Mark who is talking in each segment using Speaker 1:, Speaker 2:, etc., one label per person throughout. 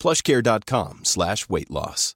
Speaker 1: plushcare.com slash weight loss.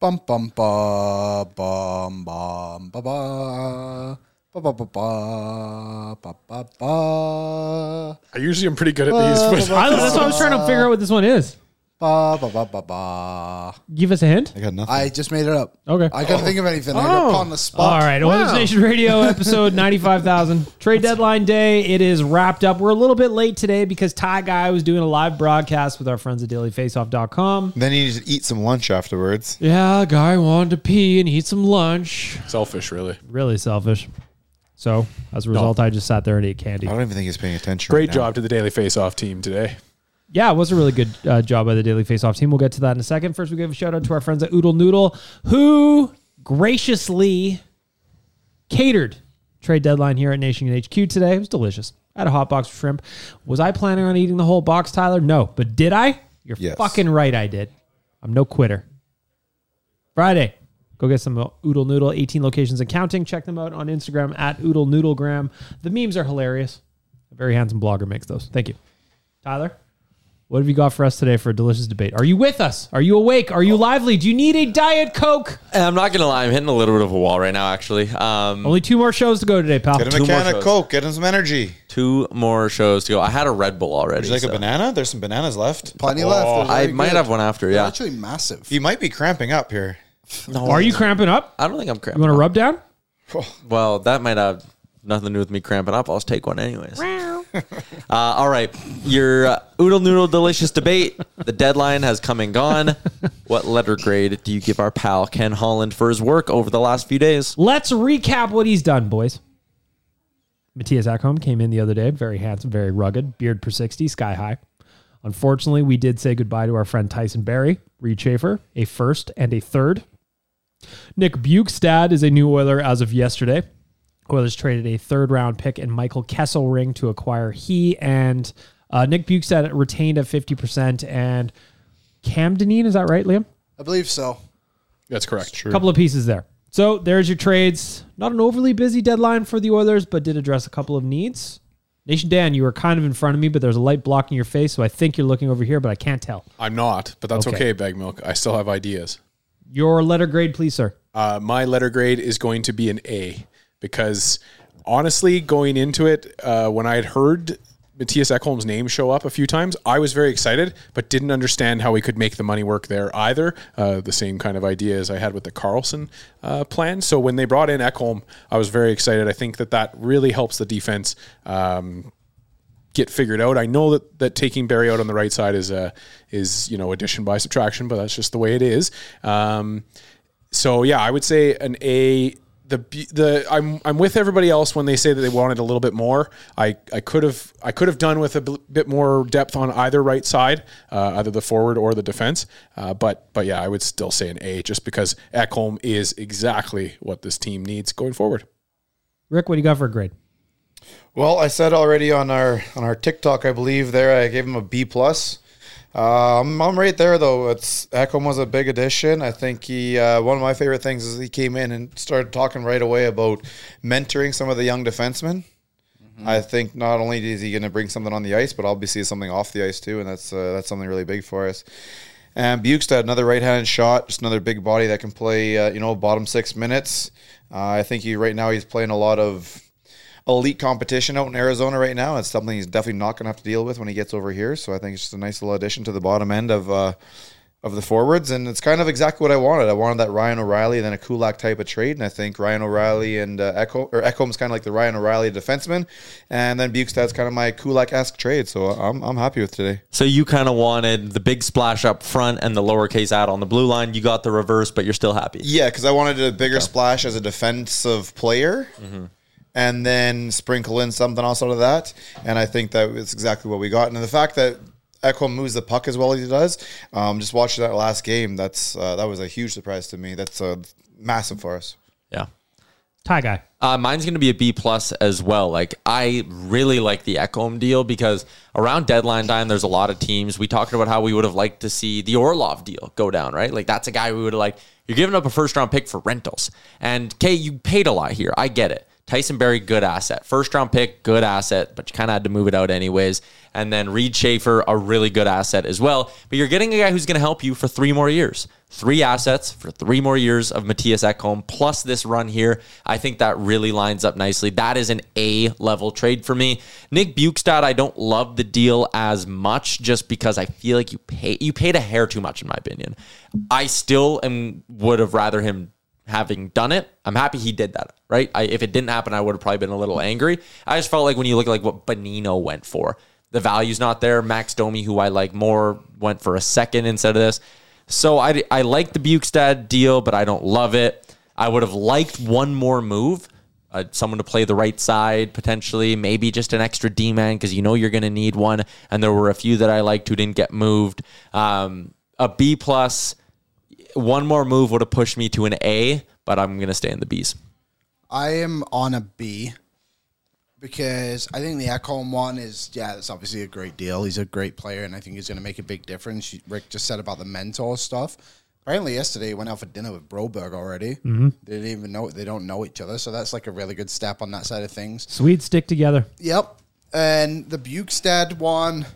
Speaker 2: Bum bum ba bum bum ba ba ba ba ba ba ba ba ba
Speaker 3: I usually am pretty good at these, but
Speaker 4: I, that's what I was trying to figure out what this one is.
Speaker 2: ba ba ba ba ba.
Speaker 4: Give us a hint.
Speaker 5: I got nothing.
Speaker 2: I just made it up.
Speaker 4: Okay.
Speaker 2: I couldn't think of anything. I got on the spot.
Speaker 4: Oh. All right. Oilers Nation Radio episode 95,000. Trade deadline day. It is wrapped up. We're a little bit late today because Ty Guy was doing a live broadcast with our friends at dailyfaceoff.com.
Speaker 5: then you need to eat some lunch afterwards.
Speaker 4: Yeah, guy wanted to pee and eat some lunch.
Speaker 3: selfish, really.
Speaker 4: Really selfish. So, as a result, I just sat there and ate candy.
Speaker 5: I don't even think he's paying attention. right
Speaker 3: Great
Speaker 5: now.
Speaker 3: job to the Daily Face Off team today.
Speaker 4: Yeah, it was a really good uh, job by the Daily Faceoff team. We'll get to that in a second. First, we give a shout out to our friends at Oodle Noodle, who graciously catered trade deadline here at Nation HQ today. It was delicious. I had a hot box of shrimp. Was I planning on eating the whole box, Tyler? No, but did I? You're
Speaker 5: Yes.
Speaker 4: fucking right. I did. I'm no quitter. Friday. Go get some Oodle Noodle, 18 locations and counting. Check them out on Instagram at Oodle Noodlegram. The memes are hilarious. A very handsome blogger makes those. Thank you. Tyler, what have you got for us today for a delicious debate? Are you with us? Are you awake? Are you lively? Do you need a Diet Coke?
Speaker 6: I'm not gonna lie, I'm hitting a little bit of a wall right now. Actually, um,
Speaker 4: Only two more shows to go today, pal.
Speaker 5: Get him
Speaker 6: Two
Speaker 5: a
Speaker 6: more
Speaker 5: can of
Speaker 6: shows.
Speaker 5: Coke. Get him some energy.
Speaker 6: two more shows to go. I had a Red Bull already.
Speaker 5: Would you like
Speaker 6: so- Oh,
Speaker 5: a banana? There's some bananas left.
Speaker 2: Plenty left. They're
Speaker 6: I
Speaker 2: very
Speaker 6: might
Speaker 2: good.
Speaker 6: have one after.
Speaker 2: They're
Speaker 6: Yeah,
Speaker 2: Actually, massive.
Speaker 5: You might be cramping up here.
Speaker 4: Are you cramping up?
Speaker 6: I don't think I'm
Speaker 4: You
Speaker 6: cramping.
Speaker 4: want to
Speaker 6: up.
Speaker 4: rub down?
Speaker 6: Well, that might have nothing to do with me cramping up. I'll just take one anyways. uh, all right, your uh, oodle noodle delicious debate. The deadline has come and gone. what letter grade do you give our pal Ken Holland for his work over the last few days?
Speaker 4: Let's recap what he's done, boys. Matthias Ackholm came in the other day, very handsome, very rugged, beard per 60, sky high. Unfortunately, we did say goodbye to our friend Tyson Berry, Reed Schaefer, a first and a third. Nick Bugstad is a new Oiler as of yesterday. Oilers traded a third round pick and Michael Kesselring to acquire he and uh, Nick Bugstad retained at 50% and Cam Deneen, is that right, Liam?
Speaker 2: I believe so.
Speaker 3: That's correct.
Speaker 5: True.
Speaker 4: couple of pieces there. So there's your trades. Not an overly busy deadline for the Oilers, but did address a couple of needs. Nation Dan, you were kind of in front of me, but there's a light blocking your face, so I think you're looking over here, but I can't tell.
Speaker 3: I'm not, but that's
Speaker 4: Okay.
Speaker 3: okay, Bag Milk. I still have ideas.
Speaker 4: Your letter grade, please, sir.
Speaker 3: Uh, my letter grade is going to be an A because honestly, going into it, uh, when I had heard Matthias Ekholm's name show up a few times, I was very excited, but didn't understand how we could make the money work there either. Uh, the same kind of ideas I had with the Carlson uh, plan. So when they brought in Ekholm, I was very excited. I think that that really helps the defense. Um, get figured out. I know that that taking Barry out on the right side is a is you know addition by subtraction, but that's just the way it is. Um, so yeah, I would say an A. The bu- the I'm I'm with everybody else when they say that they wanted a little bit more. I I could have I could have done with a bl- bit more depth on either right side, uh, either the forward or the defense. Uh, but but yeah, I would still say an A just because Ekholm is exactly what this team needs going forward.
Speaker 4: Rick, what do you got for a grade?
Speaker 5: Well, I said already on our on our TikTok, I believe there, I gave him a B plus. Um, I'm right there though. It's Ekholm was a big addition. I think he uh, one of my favorite things is he came in and started talking right away about mentoring some of the young defensemen. Mm-hmm. I think not only is he going to bring something on the ice, but obviously something off the ice too, and that's uh, that's something really big for us. And Bukestad, another right-handed shot, just another big body that can play, uh, you know, bottom six minutes. Uh, I think he right now he's playing a lot of elite competition out in Arizona right now. It's something he's definitely not going to have to deal with when he gets over here. So I think it's just a nice little addition to the bottom end of uh, of the forwards, and it's kind of exactly what I wanted. I wanted that Ryan O'Reilly, then a Kulak type of trade, and I think Ryan O'Reilly and uh, Echo or Ekholm's kind of like the Ryan O'Reilly defenseman, and then Bukestad's kind of my Kulak-esque trade. So I'm I'm happy with today.
Speaker 6: So you kind of wanted the big splash up front and the lowercase out on the blue line. You got the reverse, but you're still happy.
Speaker 5: Yeah, because I wanted a bigger splash as a defensive player, and then sprinkle in something else out of that. And I think that is exactly what we got. And the fact that Ekholm moves the puck as well as he does, um, just watching that last game, that's uh, that was a huge surprise to me. That's uh, massive for us.
Speaker 6: Yeah.
Speaker 4: Tie guy.
Speaker 6: Uh, mine's going to be a B plus as well. Like I really like the Ekholm deal because around deadline time, there's a lot of teams. We talked about how we would have liked to see the Orlov deal go down, right? Like that's a guy we would have liked. You're giving up a first round pick for rentals, and Kay, you paid a lot here. I get it. Tyson Berry, good asset. First round pick, good asset, but you kind of had to move it out anyways. And then Reed Schaefer, a really good asset as well. But you're getting a guy who's going to help you for three more years. Three assets for three more years of Matthias Ekholm plus this run here. I think that really lines up nicely. That is an A level trade for me. Nick Bukestad, I don't love the deal as much just because I feel like you pay you paid a hair too much in my opinion. I still am would have rather him having done it. I'm happy he did that, right? I, if it didn't happen, I would have probably been a little angry. I just felt like when you look at like what Benino went for, the value's not there. Max Domi, who I like more, went for a second instead of this. So I, I like the Bukestad deal, but I don't love it. I would have liked one more move, uh, someone to play the right side potentially, maybe just an extra D man because you know you're going to need one. And there were a few that I liked who didn't get moved. Um, a B plus one more move would have pushed me to an A, but I'm gonna stay in the B's.
Speaker 2: I am on a B because I think the Ekholm one is yeah, it's obviously a great deal. He's a great player, and I think he's going to make a big difference. You- Rick just said about the mentor stuff. Apparently, yesterday he went out for dinner with Broberg already.
Speaker 4: Mm-hmm.
Speaker 5: Mm-hmm.
Speaker 2: They didn't even know they don't know each other, so that's like a really good step on that side of things.
Speaker 4: Swedes stick together.
Speaker 2: Yep. And the Bukestad one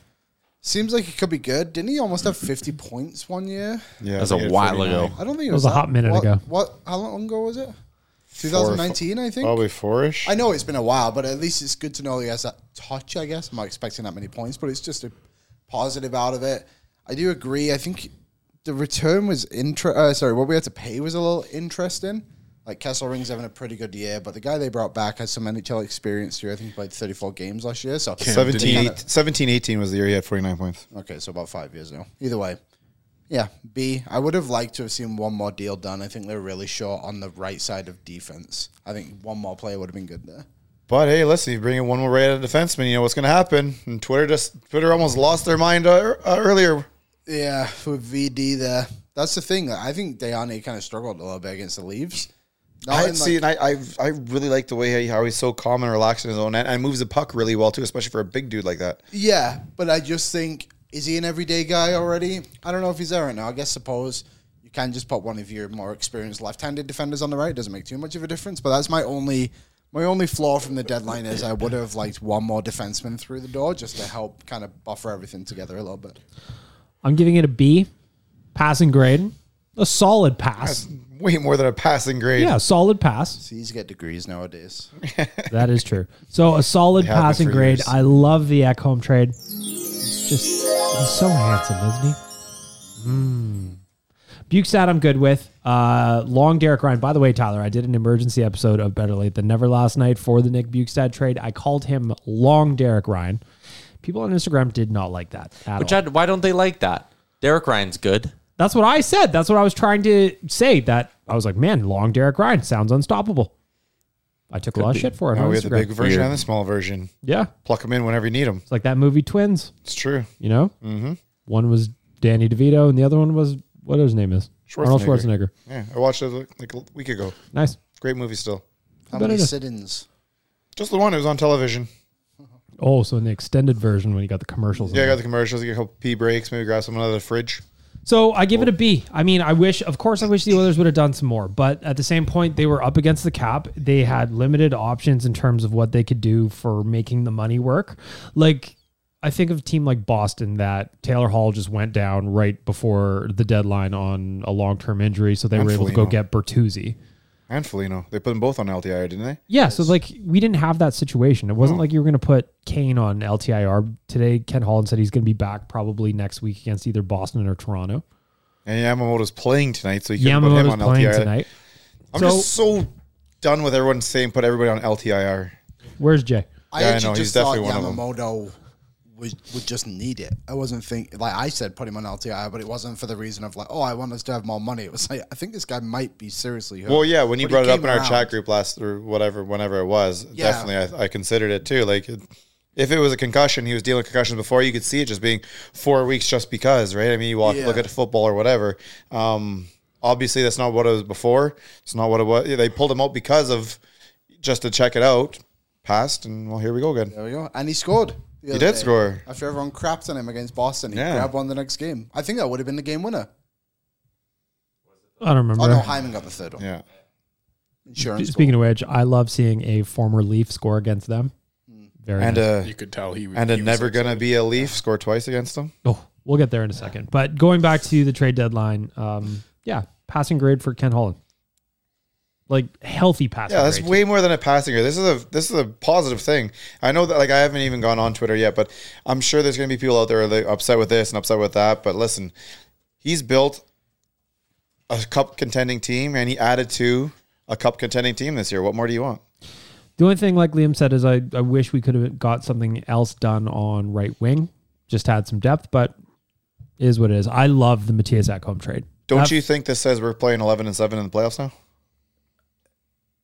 Speaker 2: seems like it could be good. Didn't he almost have 50 points one year?
Speaker 5: Yeah,
Speaker 6: That's a while ago.
Speaker 2: I don't think it, was
Speaker 4: was a
Speaker 2: that-
Speaker 4: hot minute
Speaker 2: what-
Speaker 4: ago.
Speaker 2: What? How long ago was it? 2019, I think.
Speaker 5: Probably four-ish.
Speaker 2: I know it's been a while, but at least it's good to know he has that touch. I guess I'm not expecting that many points, but it's just a positive out of it. I do agree. I think the return was inter. Uh, sorry, what we had to pay was a little interesting. Like Kesselring's having a pretty good year, but the guy they brought back has some NHL experience here. I think he played 34 games last year, so
Speaker 5: 17, 17, 18 was the year he had 49 points.
Speaker 2: Okay, so about five years now. Either way, yeah, B. I would have liked to have seen one more deal done. I think they're really short on the right side of defense. I think one more player would have been good there.
Speaker 5: But hey, listen, you bring in one more right out of defenseman, you know what's going to happen. And Twitter just Twitter almost lost their mind uh, uh, earlier.
Speaker 2: Yeah, with VD there. That's the thing. I think Deani kind of struggled a little bit against the Leaves. Not
Speaker 5: I
Speaker 2: in,
Speaker 5: see,
Speaker 2: like-
Speaker 5: and I, I I really like the way he- how he's so calm and relaxed in his own end, and moves the puck really well too, especially for a big dude like that.
Speaker 2: Yeah, but I just think is he an everyday guy already? I don't know if he's there right now. I guess suppose you can just put one of your more experienced left-handed defenders on the right. It doesn't make too much of a difference. But that's my only my only flaw from the deadline is I would have liked one more defenseman through the door just to help kind of buffer everything together a little bit.
Speaker 4: I'm giving it a B. Passing grade. A solid pass.
Speaker 5: Way more than a passing grade.
Speaker 4: Yeah, a solid pass.
Speaker 2: These get degrees nowadays.
Speaker 4: That is true. So a solid
Speaker 5: have been
Speaker 4: passing
Speaker 5: for
Speaker 4: grade.
Speaker 5: years.
Speaker 4: I love the Ekholm trade. Just he's so handsome, isn't he? Hmm. Mm. Bukestad, I'm good with. Uh, long Derek Ryan. By the way, Tyler, I did an emergency episode of Better Late Than Never last night for the Nick Bukestad trade. I called him Long Derek Ryan People on Instagram did not like that at
Speaker 6: Which
Speaker 4: all.
Speaker 6: I, why don't they like that? Derek Ryan's good.
Speaker 4: That's what I said. That's what I was trying to say. That I was like, man, long Derek Ryan sounds unstoppable. I took a lot of shit for it
Speaker 5: Now
Speaker 4: on
Speaker 5: we have the
Speaker 4: Instagram.
Speaker 5: big version and the small version.
Speaker 4: yeah,
Speaker 5: Pluck them in whenever you need them.
Speaker 4: it's like that movie Twins.
Speaker 5: It's true.
Speaker 4: You know, mm-hmm. one was Danny DeVito, and the other one was what his name is Arnold Schwarzenegger.
Speaker 5: Yeah, I watched it like, like a week ago.
Speaker 4: Nice.
Speaker 5: Great movie still.
Speaker 2: How
Speaker 4: But
Speaker 2: many
Speaker 4: it is.
Speaker 2: sit-ins?
Speaker 5: Just the one. It was on television.
Speaker 4: Oh, so in the extended version when you got the commercials. in
Speaker 5: Yeah, I
Speaker 4: there.
Speaker 5: got the commercials. Get a couple pee breaks. Maybe grab someone out of the fridge.
Speaker 4: So I give it a B. I mean, I wish, of course, I wish the Oilers would have done some more, but at the same point, they were up against the cap. They had limited options in terms of what they could do for making the money work. Like, I think of a team like Boston that Taylor Hall just went down right before the deadline on a long term injury, so they
Speaker 5: And
Speaker 4: were able to go
Speaker 5: Foligno.
Speaker 4: get Bertuzzi.
Speaker 5: And Felino. They put them both on LTIR, didn't they?
Speaker 4: Yeah, so like we didn't have that situation. It wasn't like you were going to put Kane on LTIR today. Ken Holland said he's going to be back probably next week against either Boston or Toronto.
Speaker 5: And Yamamoto's playing tonight, so you can put him
Speaker 4: Yamamoto's
Speaker 5: on
Speaker 4: playing
Speaker 5: LTIR.
Speaker 4: tonight.
Speaker 5: I'm
Speaker 4: So-
Speaker 5: just so done with everyone saying put everybody on LTIR.
Speaker 4: Where's Jay?
Speaker 2: I
Speaker 5: Yeah, I
Speaker 2: actually
Speaker 5: know, he's
Speaker 2: just thought
Speaker 5: definitely one of them.
Speaker 2: Yamamoto would, would just need it. I wasn't think like I said, put him on LTI, but it wasn't for the reason of like, oh, I want us to have more money. It was like, I think this guy might be seriously hurt.
Speaker 5: Well, yeah, when you
Speaker 2: But he
Speaker 5: brought it up
Speaker 2: came
Speaker 5: in our
Speaker 2: around.
Speaker 5: chat group last or whatever, whenever it was,
Speaker 2: Yeah.
Speaker 5: definitely I, I considered it too. Like, it- if it was a concussion, he was dealing concussions before. You could see it just being four weeks, just because, right? I mean, you walk,
Speaker 2: Yeah.
Speaker 5: look at football or whatever. Um, obviously, that's not what it was before. It's not what it was. They pulled him out because of just to check it out. Passed, and well, here we go again.
Speaker 2: There we go. And he scored. He
Speaker 5: did score.
Speaker 2: After everyone crapped on him against Boston, he
Speaker 5: Yeah.
Speaker 2: grabbed one the next game. I think that would have been the game winner.
Speaker 4: I don't remember.
Speaker 2: Oh no, Hyman got the third one.
Speaker 5: Yeah,
Speaker 2: Insurance.
Speaker 4: Speaking of which, I love seeing a former Leaf score against them. Very
Speaker 5: and uh,
Speaker 4: nice.
Speaker 3: You could tell he was-
Speaker 5: and a
Speaker 3: he was
Speaker 5: never
Speaker 3: upset.
Speaker 5: gonna be a Leaf score twice against them.
Speaker 4: oh, we'll get there in a second. But going back to the trade deadline, um, yeah, passing grade for Ken Holland, like healthy passing.
Speaker 5: Yeah, that's
Speaker 4: grade.
Speaker 5: way more than a passing grade. This is a this is a positive thing. I know that like I haven't even gone on Twitter yet, but I'm sure there's gonna be people out there that are upset with this and upset with that. But listen, he's built a cup contending team and he added to a cup contending team this year. What more do you want?
Speaker 4: The only thing, like Liam said, is I, I wish we could have got something else done on right wing. Just had some depth, but it is what it is. I love the Matias at home trade.
Speaker 5: Don't
Speaker 4: I've-
Speaker 5: you think this says we're playing eleven and seven in the playoffs now?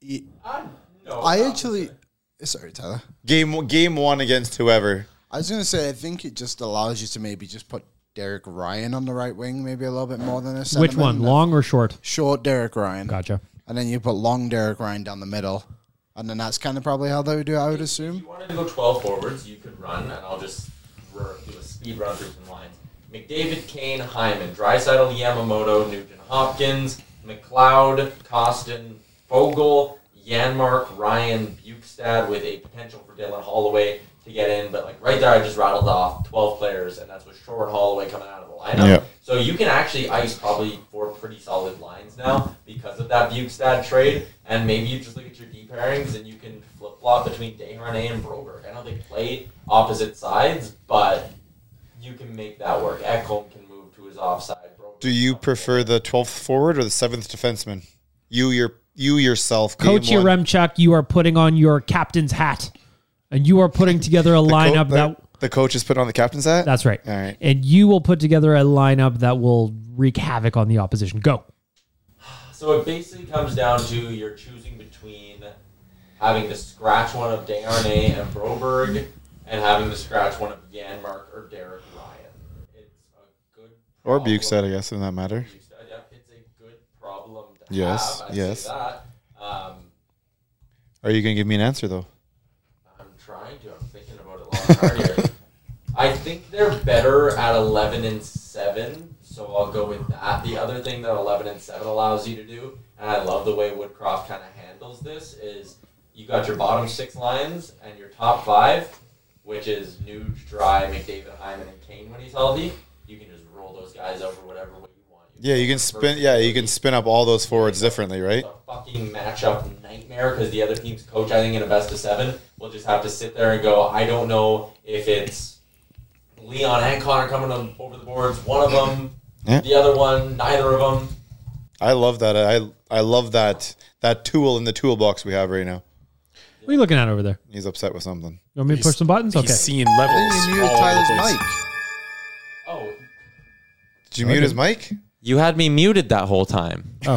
Speaker 2: He- I actually. Sorry, Tyler.
Speaker 5: Game game one against whoever.
Speaker 2: I was gonna say I think it just allows you to maybe just put Derek Ryan on the right wing, maybe a little bit more than a centerman.
Speaker 4: Which one, long or short?
Speaker 2: short Derek Ryan,
Speaker 4: Gotcha.
Speaker 2: and then you put long Derek Ryan down the middle, and then that's kind of probably how they would do. it, I would assume.
Speaker 6: wanted to go 12 forwards, you could run, and I'll just r- do a speed run through some lines. McDavid, Kane, Hyman, Drysidle, Yamamoto, Nugent Hopkins, McLeod, Costin, Fogel, Yanmark, Ryan, Bukestad with a potential for Dylan Holloway to get in. But like right there, I just rattled off 12 players, and that's with Short Holloway coming out of the lineup.
Speaker 5: Yeah.
Speaker 6: So you can actually ice probably four pretty solid lines now because of that Bukestad trade, and maybe you just look at your D pairings and you can flip flop between Deharnay and Broberg. I know they play opposite sides, but you can make that work. Ekholm can move to his offside. Broberg-
Speaker 5: Do you prefer the twelfth forward or the seventh defenseman? You your you yourself, game
Speaker 4: Coach
Speaker 5: one.
Speaker 4: Yaremchuk, you are putting on your captain's hat, and you are putting together a
Speaker 5: The co-
Speaker 4: lineup
Speaker 5: the-
Speaker 4: that.
Speaker 5: the coach is putting on the captain's hat.
Speaker 4: That's right.
Speaker 5: All right.
Speaker 4: And you will put together a lineup that will wreak havoc on the opposition. Go.
Speaker 6: So it basically comes down to you're choosing between having to scratch one of Darnay and Broberg and having to scratch one of Yanmark or Derek Ryan. It's a good
Speaker 5: Or
Speaker 6: problem.
Speaker 5: Bukestad, I guess, in that matter.
Speaker 6: Bukestad, yeah, It's a good problem to
Speaker 5: Yes,
Speaker 6: have. I
Speaker 5: yes.
Speaker 6: Say that. Um,
Speaker 5: Are you going to give me an answer though?
Speaker 6: I'm trying to. I'm thinking about it long hard here. I think they're better at 11 and 7, so I'll go with that. The other thing that 11 and 7 allows you to do, and I love the way Woodcroft kind of handles this, is you got your bottom six lines and your top five, which is Nuge, Dry, McDavid, Hyman, and Kane when he's healthy. You can just roll those guys over whatever way you want.
Speaker 5: Yeah, you can spin. Yeah, you can spin up all those forwards differently, right?
Speaker 6: It's a fucking matchup nightmare because the other team's coach, I think, in a best of seven, will just have to sit there and go, I don't know if it's Leon and Connor coming on, over the boards, one of them,
Speaker 5: Yeah.
Speaker 6: the other one, neither of them.
Speaker 5: I love that. I I love that that tool in the toolbox we have right now.
Speaker 4: What are you looking at over there?
Speaker 5: He's upset with something.
Speaker 4: You want me to push some buttons? Okay.
Speaker 3: He's seeing levels.
Speaker 2: Then you muted
Speaker 3: all over the place.
Speaker 2: Tyler's mic.
Speaker 5: Did you mute his mic?
Speaker 6: You had me muted that whole time.
Speaker 3: Oh.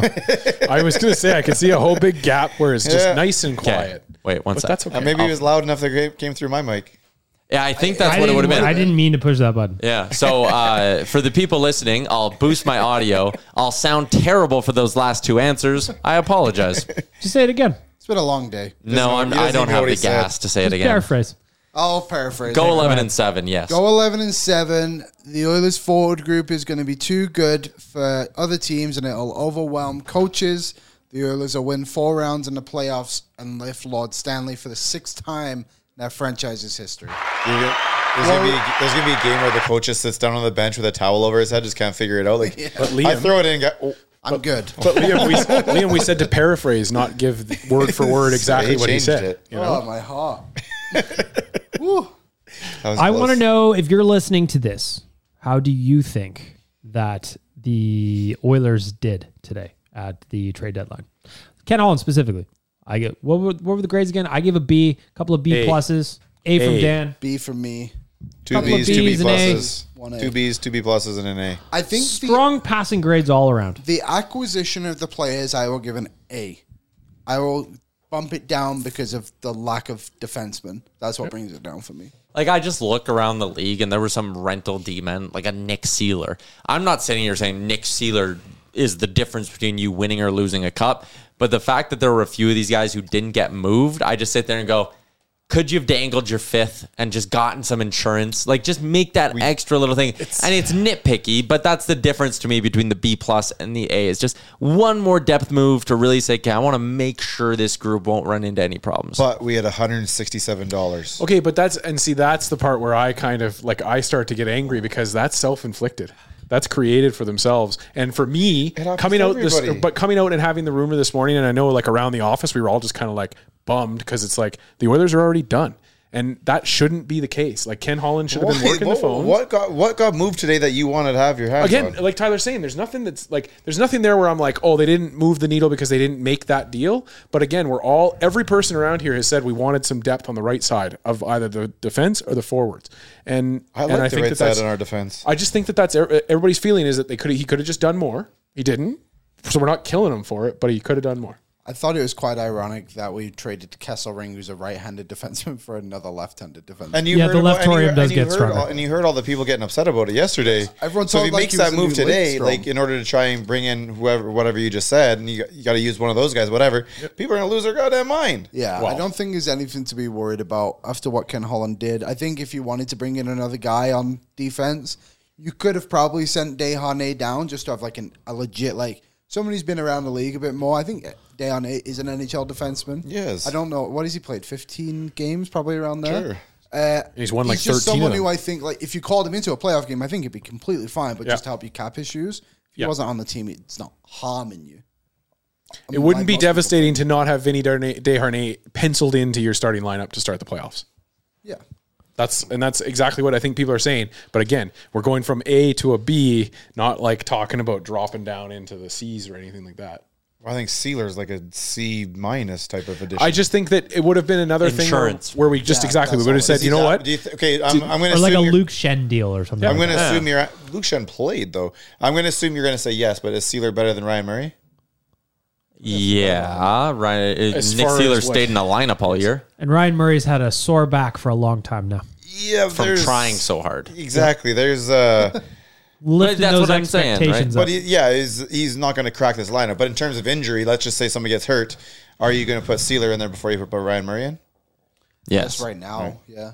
Speaker 3: I was gonna say I could see a whole big gap where it's just
Speaker 5: Yeah.
Speaker 3: nice and
Speaker 6: Okay.
Speaker 3: quiet.
Speaker 6: Wait, one
Speaker 3: But
Speaker 6: sec.
Speaker 3: that's okay.
Speaker 5: Uh, maybe it was loud enough that it came through my mic.
Speaker 6: yeah, I think that's
Speaker 4: I
Speaker 6: what it
Speaker 4: didn't-
Speaker 6: would have been.
Speaker 4: I didn't mean to push that button.
Speaker 6: Yeah. So uh, for the people listening, I'll boost my audio. I'll sound terrible for those last two answers. I apologize.
Speaker 4: Just say it again.
Speaker 2: It's been a long day.
Speaker 6: No, I'm,
Speaker 5: he
Speaker 6: I
Speaker 5: doesn't
Speaker 6: don't
Speaker 5: know
Speaker 6: have
Speaker 5: what
Speaker 6: the
Speaker 5: he said.
Speaker 6: gas to say it
Speaker 4: Just
Speaker 6: again.
Speaker 4: paraphrase.
Speaker 2: I'll paraphrase.
Speaker 6: Go
Speaker 2: it.
Speaker 6: 11 and 7, yes.
Speaker 2: Go 11 and 7. The Oilers forward group is going to be too good for other teams and it'll overwhelm coaches. The Oilers will win four rounds in the playoffs and lift Lord Stanley for the sixth time in their franchise's history.
Speaker 5: You get- There's gonna, be, there's gonna be a game where the coach just sits down on the bench with a towel over his head, just can't figure it out. Like
Speaker 3: But Liam-
Speaker 5: I throw it in. Got, oh,
Speaker 2: I'm good.
Speaker 3: But Liam, we, Liam, we said to paraphrase, not give word for word exactly what he
Speaker 5: changed
Speaker 3: said.
Speaker 5: it.
Speaker 3: You know?
Speaker 2: Oh, my heart.
Speaker 5: that was
Speaker 4: I
Speaker 5: close.
Speaker 4: want to know if you're listening to this, how do you think that the Oilers did today at the trade deadline? Ken Holland specifically. I get what were, what were the grades again? I gave a B, a couple of B
Speaker 3: A.
Speaker 4: pluses, A from
Speaker 3: A.
Speaker 4: Dan.
Speaker 2: B for me.
Speaker 5: two
Speaker 4: couple of
Speaker 5: B's, two B
Speaker 4: Bs and As.
Speaker 5: pluses,
Speaker 2: One A.
Speaker 5: two B's, two B pluses, and an A.
Speaker 2: I think the
Speaker 4: Strong passing grades all around.
Speaker 2: The acquisition of the players, I will give an A. I will bump it down because of the lack of defensemen. That's what brings it down for me.
Speaker 6: Like I just look around the league and there were some rental D men, like a Nick Sealer. I'm not sitting here saying Nick Sealer is the difference between you winning or losing a cup, but the fact that there were a few of these guys who didn't get moved, I just sit there and go, could you have dangled your fifth and just gotten some insurance? Like just make that extra little thing. and it's nitpicky, but that's the difference to me between the B plus and the A. It's just one more depth move to really say, okay, I want to make sure this group won't run into any problems.
Speaker 5: But we had 167 dollars.
Speaker 3: Okay, but that's and see that's the part where I kind of like I start to get angry because that's self-inflicted. That's created for themselves. And for me,
Speaker 5: happens
Speaker 3: coming
Speaker 5: to
Speaker 3: out this
Speaker 5: everybody.
Speaker 3: but coming out and having the rumor this morning and I know like around the office we were all just kind of like bummed cuz it's like the Oilers are already done. And that shouldn't be the case. Like Ken Holland should have been working the phone.
Speaker 5: What got what got moved today that you wanted to have your hands
Speaker 3: again,
Speaker 5: on?
Speaker 3: like Tyler's saying, there's nothing that's like there's nothing there where I'm like, oh, they didn't move the needle because they didn't make that deal. But again, we're all every person around here has said we wanted some depth on the right side of either the defense or the forwards. And
Speaker 5: I like
Speaker 3: and
Speaker 5: the right side
Speaker 3: that's-
Speaker 5: in our defense.
Speaker 3: I just think that that's e-, everybody's feeling is that they could he could have just done more. He didn't, so we're not killing him for it, but he could have done more.
Speaker 2: I thought it was quite ironic that we traded Kesselring, who's a right-handed defenseman, for another left-handed defenseman.
Speaker 5: And you
Speaker 4: Yeah,
Speaker 5: heard
Speaker 4: the
Speaker 5: about-
Speaker 4: left
Speaker 5: and you-
Speaker 4: torium
Speaker 5: and
Speaker 4: does
Speaker 5: you
Speaker 4: get
Speaker 5: heard
Speaker 4: stronger.
Speaker 5: all- and you heard all the people getting upset about it yesterday.
Speaker 2: Everyone
Speaker 5: so if he
Speaker 2: talked like
Speaker 5: makes
Speaker 2: he was
Speaker 5: that
Speaker 2: a
Speaker 5: move
Speaker 2: new
Speaker 5: today,
Speaker 2: Lidstrom.
Speaker 5: like in order to try and bring in whoever, whatever you just said, and you, you got to use one of those guys, whatever. People are gonna lose their goddamn mind.
Speaker 2: Yeah, I don't think there's anything to be worried about after what Ken Holland did. I think if you wanted to bring in another guy on defense, you could have probably sent Deharnay down just to have like an, a legit like someone who's been around the league a bit more. I think Deharnay is an NHL defenseman.
Speaker 5: Yes.
Speaker 2: I don't know what has he played? Fifteen games, probably around there.
Speaker 5: Sure.
Speaker 2: Uh,
Speaker 3: he's won, like,
Speaker 2: just
Speaker 3: 13 of
Speaker 2: someone
Speaker 3: them.
Speaker 2: who I think like if you called him into a playoff game, I think it'd be completely fine. But
Speaker 3: Yeah.
Speaker 2: just to help you cap his shoes, if he
Speaker 3: Yeah.
Speaker 2: wasn't on the team, it's not harming you. I
Speaker 3: It
Speaker 2: mean,
Speaker 3: wouldn't
Speaker 2: like
Speaker 3: be
Speaker 2: most people
Speaker 3: devastating to not have Vinny Darnay- DeHarnay penciled into your starting lineup to start the playoffs.
Speaker 2: think. Yeah.
Speaker 3: That's and that's exactly what I think people are saying. But again, we're going from A to a B, not like talking about dropping down into the C's or anything like that.
Speaker 5: I think Sealer's like a C minus type of addition.
Speaker 3: I just think that it would have been another
Speaker 6: Insurance.
Speaker 3: thing where- where, we just exactly we would have said, you know what?
Speaker 5: Do you th- okay, I'm, I'm gonna
Speaker 4: Or like a
Speaker 5: assume you're-
Speaker 4: Luke Shen deal or something.
Speaker 5: I'm
Speaker 4: like
Speaker 5: gonna assume you're Luke Shen played though. I'm gonna assume you're gonna say yes, but is Sealer better than Ryan Murray?
Speaker 6: Yeah, right. Uh, Nick
Speaker 3: As far as
Speaker 6: Sealer
Speaker 3: what-
Speaker 6: stayed in the lineup all year
Speaker 4: that. And Ryan Murray's had a sore back for a long time now.
Speaker 5: Yeah,
Speaker 6: from trying so hard.
Speaker 5: Uh, Exactly. There's uh
Speaker 4: Lifting
Speaker 6: that's
Speaker 4: those
Speaker 6: what I'm saying, right?
Speaker 4: expectations
Speaker 5: But
Speaker 4: up.
Speaker 5: he, yeah, he's he's not going to crack this lineup. But in terms of injury, let's just say somebody gets hurt. Are you going to put Sealer in there before you put Ryan Murray in?
Speaker 6: Yes,
Speaker 2: right now. Yeah.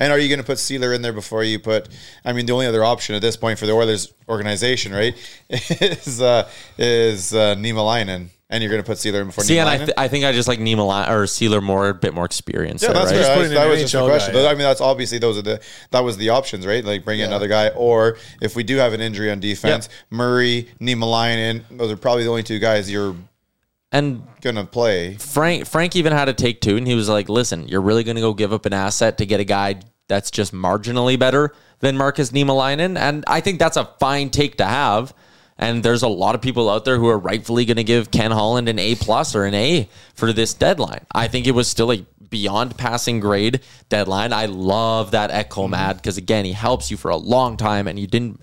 Speaker 5: And are you going to put Sealer in there before you put? I mean, the only other option at this point for the Oilers organization, right, is uh, is uh, Niemelainen, and you're going to put Sealer in before.
Speaker 6: See, and I,
Speaker 5: Niemelainen?
Speaker 6: th- I think I just like Nima or Sealer more, a bit more experience.
Speaker 5: yeah,
Speaker 6: there,
Speaker 5: that's
Speaker 6: right?
Speaker 5: right.
Speaker 3: Just
Speaker 5: I-
Speaker 3: put in
Speaker 5: that
Speaker 3: an
Speaker 5: was just the
Speaker 3: NHL
Speaker 5: question.
Speaker 3: guy.
Speaker 5: But, I mean, that's obviously those are the that was the options, right? Like bring in another guy, or if we do have an injury on defense, Murray, Niemelainen, those are probably the only two guys you're
Speaker 6: And
Speaker 5: going to play.
Speaker 6: Frank Frank even had a take two, and he was like, "Listen, you're really going to go give up an asset to get a guy that's just marginally better than Marcus Niemelainen?" And I think that's a fine take to have. And there's a lot of people out there who are rightfully going to give Ken Holland an A plus or an A for this deadline. I think it was still a beyond passing grade deadline. I love that
Speaker 5: Mm-hmm.
Speaker 6: Ekholm ad because again, he helps you for a long time, and you didn't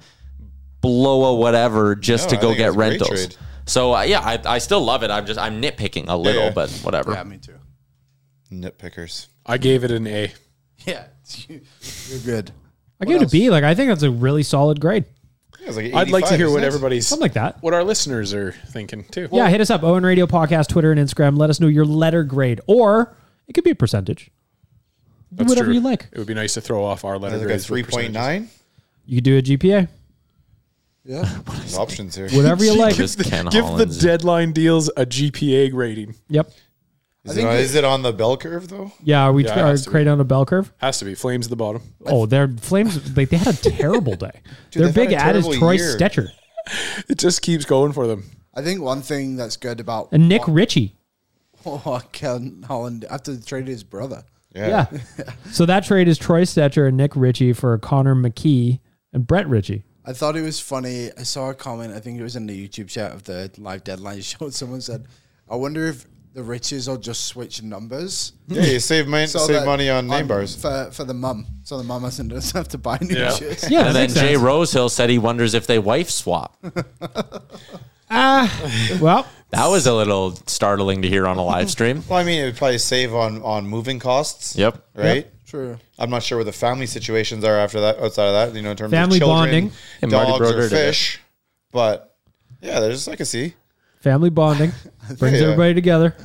Speaker 6: blow a whatever just
Speaker 5: No,
Speaker 6: to
Speaker 5: I
Speaker 6: go
Speaker 5: think
Speaker 6: get
Speaker 5: it's a great
Speaker 6: rentals.
Speaker 5: trade.
Speaker 6: So uh, yeah, I, I still love it. I'm just I'm nitpicking a little,
Speaker 5: yeah.
Speaker 6: but whatever.
Speaker 2: Yeah, me too.
Speaker 5: Nitpickers.
Speaker 3: I gave it an A.
Speaker 2: Yeah, you, are good.
Speaker 4: I give it a B. Like I think that's a really solid grade.
Speaker 5: Yeah, it's like
Speaker 3: I'd like to
Speaker 5: 85,
Speaker 3: hear what
Speaker 5: isn't it?
Speaker 3: everybody's,
Speaker 4: Something like that.
Speaker 3: what our listeners are thinking too.
Speaker 4: yeah, hit us up. Owen Radio Podcast, Twitter and Instagram. Let us know your letter grade. Or it could be a percentage. Do
Speaker 3: That's
Speaker 4: Whatever
Speaker 3: true.
Speaker 4: you like.
Speaker 3: It would be nice to throw off our letter
Speaker 5: Like a
Speaker 3: grades.
Speaker 5: three
Speaker 3: with
Speaker 5: point nine
Speaker 3: percentages.
Speaker 4: You could do a GPA.
Speaker 2: Yeah,
Speaker 5: options here.
Speaker 4: Whatever you like.
Speaker 6: Just Ken
Speaker 3: Give the
Speaker 6: Holland's-
Speaker 3: deadline deals a GPA rating.
Speaker 4: Yep.
Speaker 5: Is it, on, is it on the bell curve though?
Speaker 4: Yeah, are we
Speaker 3: Yeah, it
Speaker 4: are
Speaker 3: has to be.
Speaker 4: creating on a bell curve?
Speaker 3: Has to be flames at the bottom.
Speaker 4: Oh, their flames like they had a terrible day.
Speaker 5: they've
Speaker 4: Their
Speaker 5: had
Speaker 4: big
Speaker 5: a
Speaker 4: ad is
Speaker 5: terrible
Speaker 4: Troy
Speaker 5: year.
Speaker 4: Stetcher
Speaker 3: It just keeps going for them.
Speaker 2: I think one thing that's good about
Speaker 4: and Nick
Speaker 2: what-
Speaker 4: Ritchie.
Speaker 2: what Ken Holland after they traded his brother.
Speaker 4: Yeah. so that trade is Troy Stetcher and Nick Ritchie for Connor McKee and Brett Ritchie.
Speaker 2: I thought it was funny. I saw a comment. I think it was in the YouTube chat of the live deadline show. Someone said, "I wonder if the riches will just switch numbers,
Speaker 5: Yeah, you save mon-
Speaker 2: So
Speaker 5: save
Speaker 2: that-
Speaker 5: money on name bars.
Speaker 2: for for the mum, so the mum doesn't doesn't have to buy new
Speaker 3: Yeah.
Speaker 2: shirts."
Speaker 4: Yeah,
Speaker 6: And
Speaker 4: that
Speaker 6: then
Speaker 4: makes
Speaker 6: Jay
Speaker 4: sense.
Speaker 6: Rosehill said he wonders if they wife swap.
Speaker 4: Well,
Speaker 6: That was a little startling to hear on a live stream.
Speaker 5: Well, I mean, it would probably save on on moving costs.
Speaker 6: Yep.
Speaker 5: Right.
Speaker 2: True.
Speaker 5: I'm not sure where the family situations are after that. Outside of that, you know, in terms
Speaker 4: Family
Speaker 5: of children,
Speaker 4: bonding.
Speaker 6: And Marty
Speaker 5: dogs,
Speaker 6: Broder
Speaker 5: or
Speaker 6: did it.
Speaker 5: fish. But yeah, there's I can see.
Speaker 4: family bonding brings
Speaker 5: Yeah.
Speaker 4: everybody together.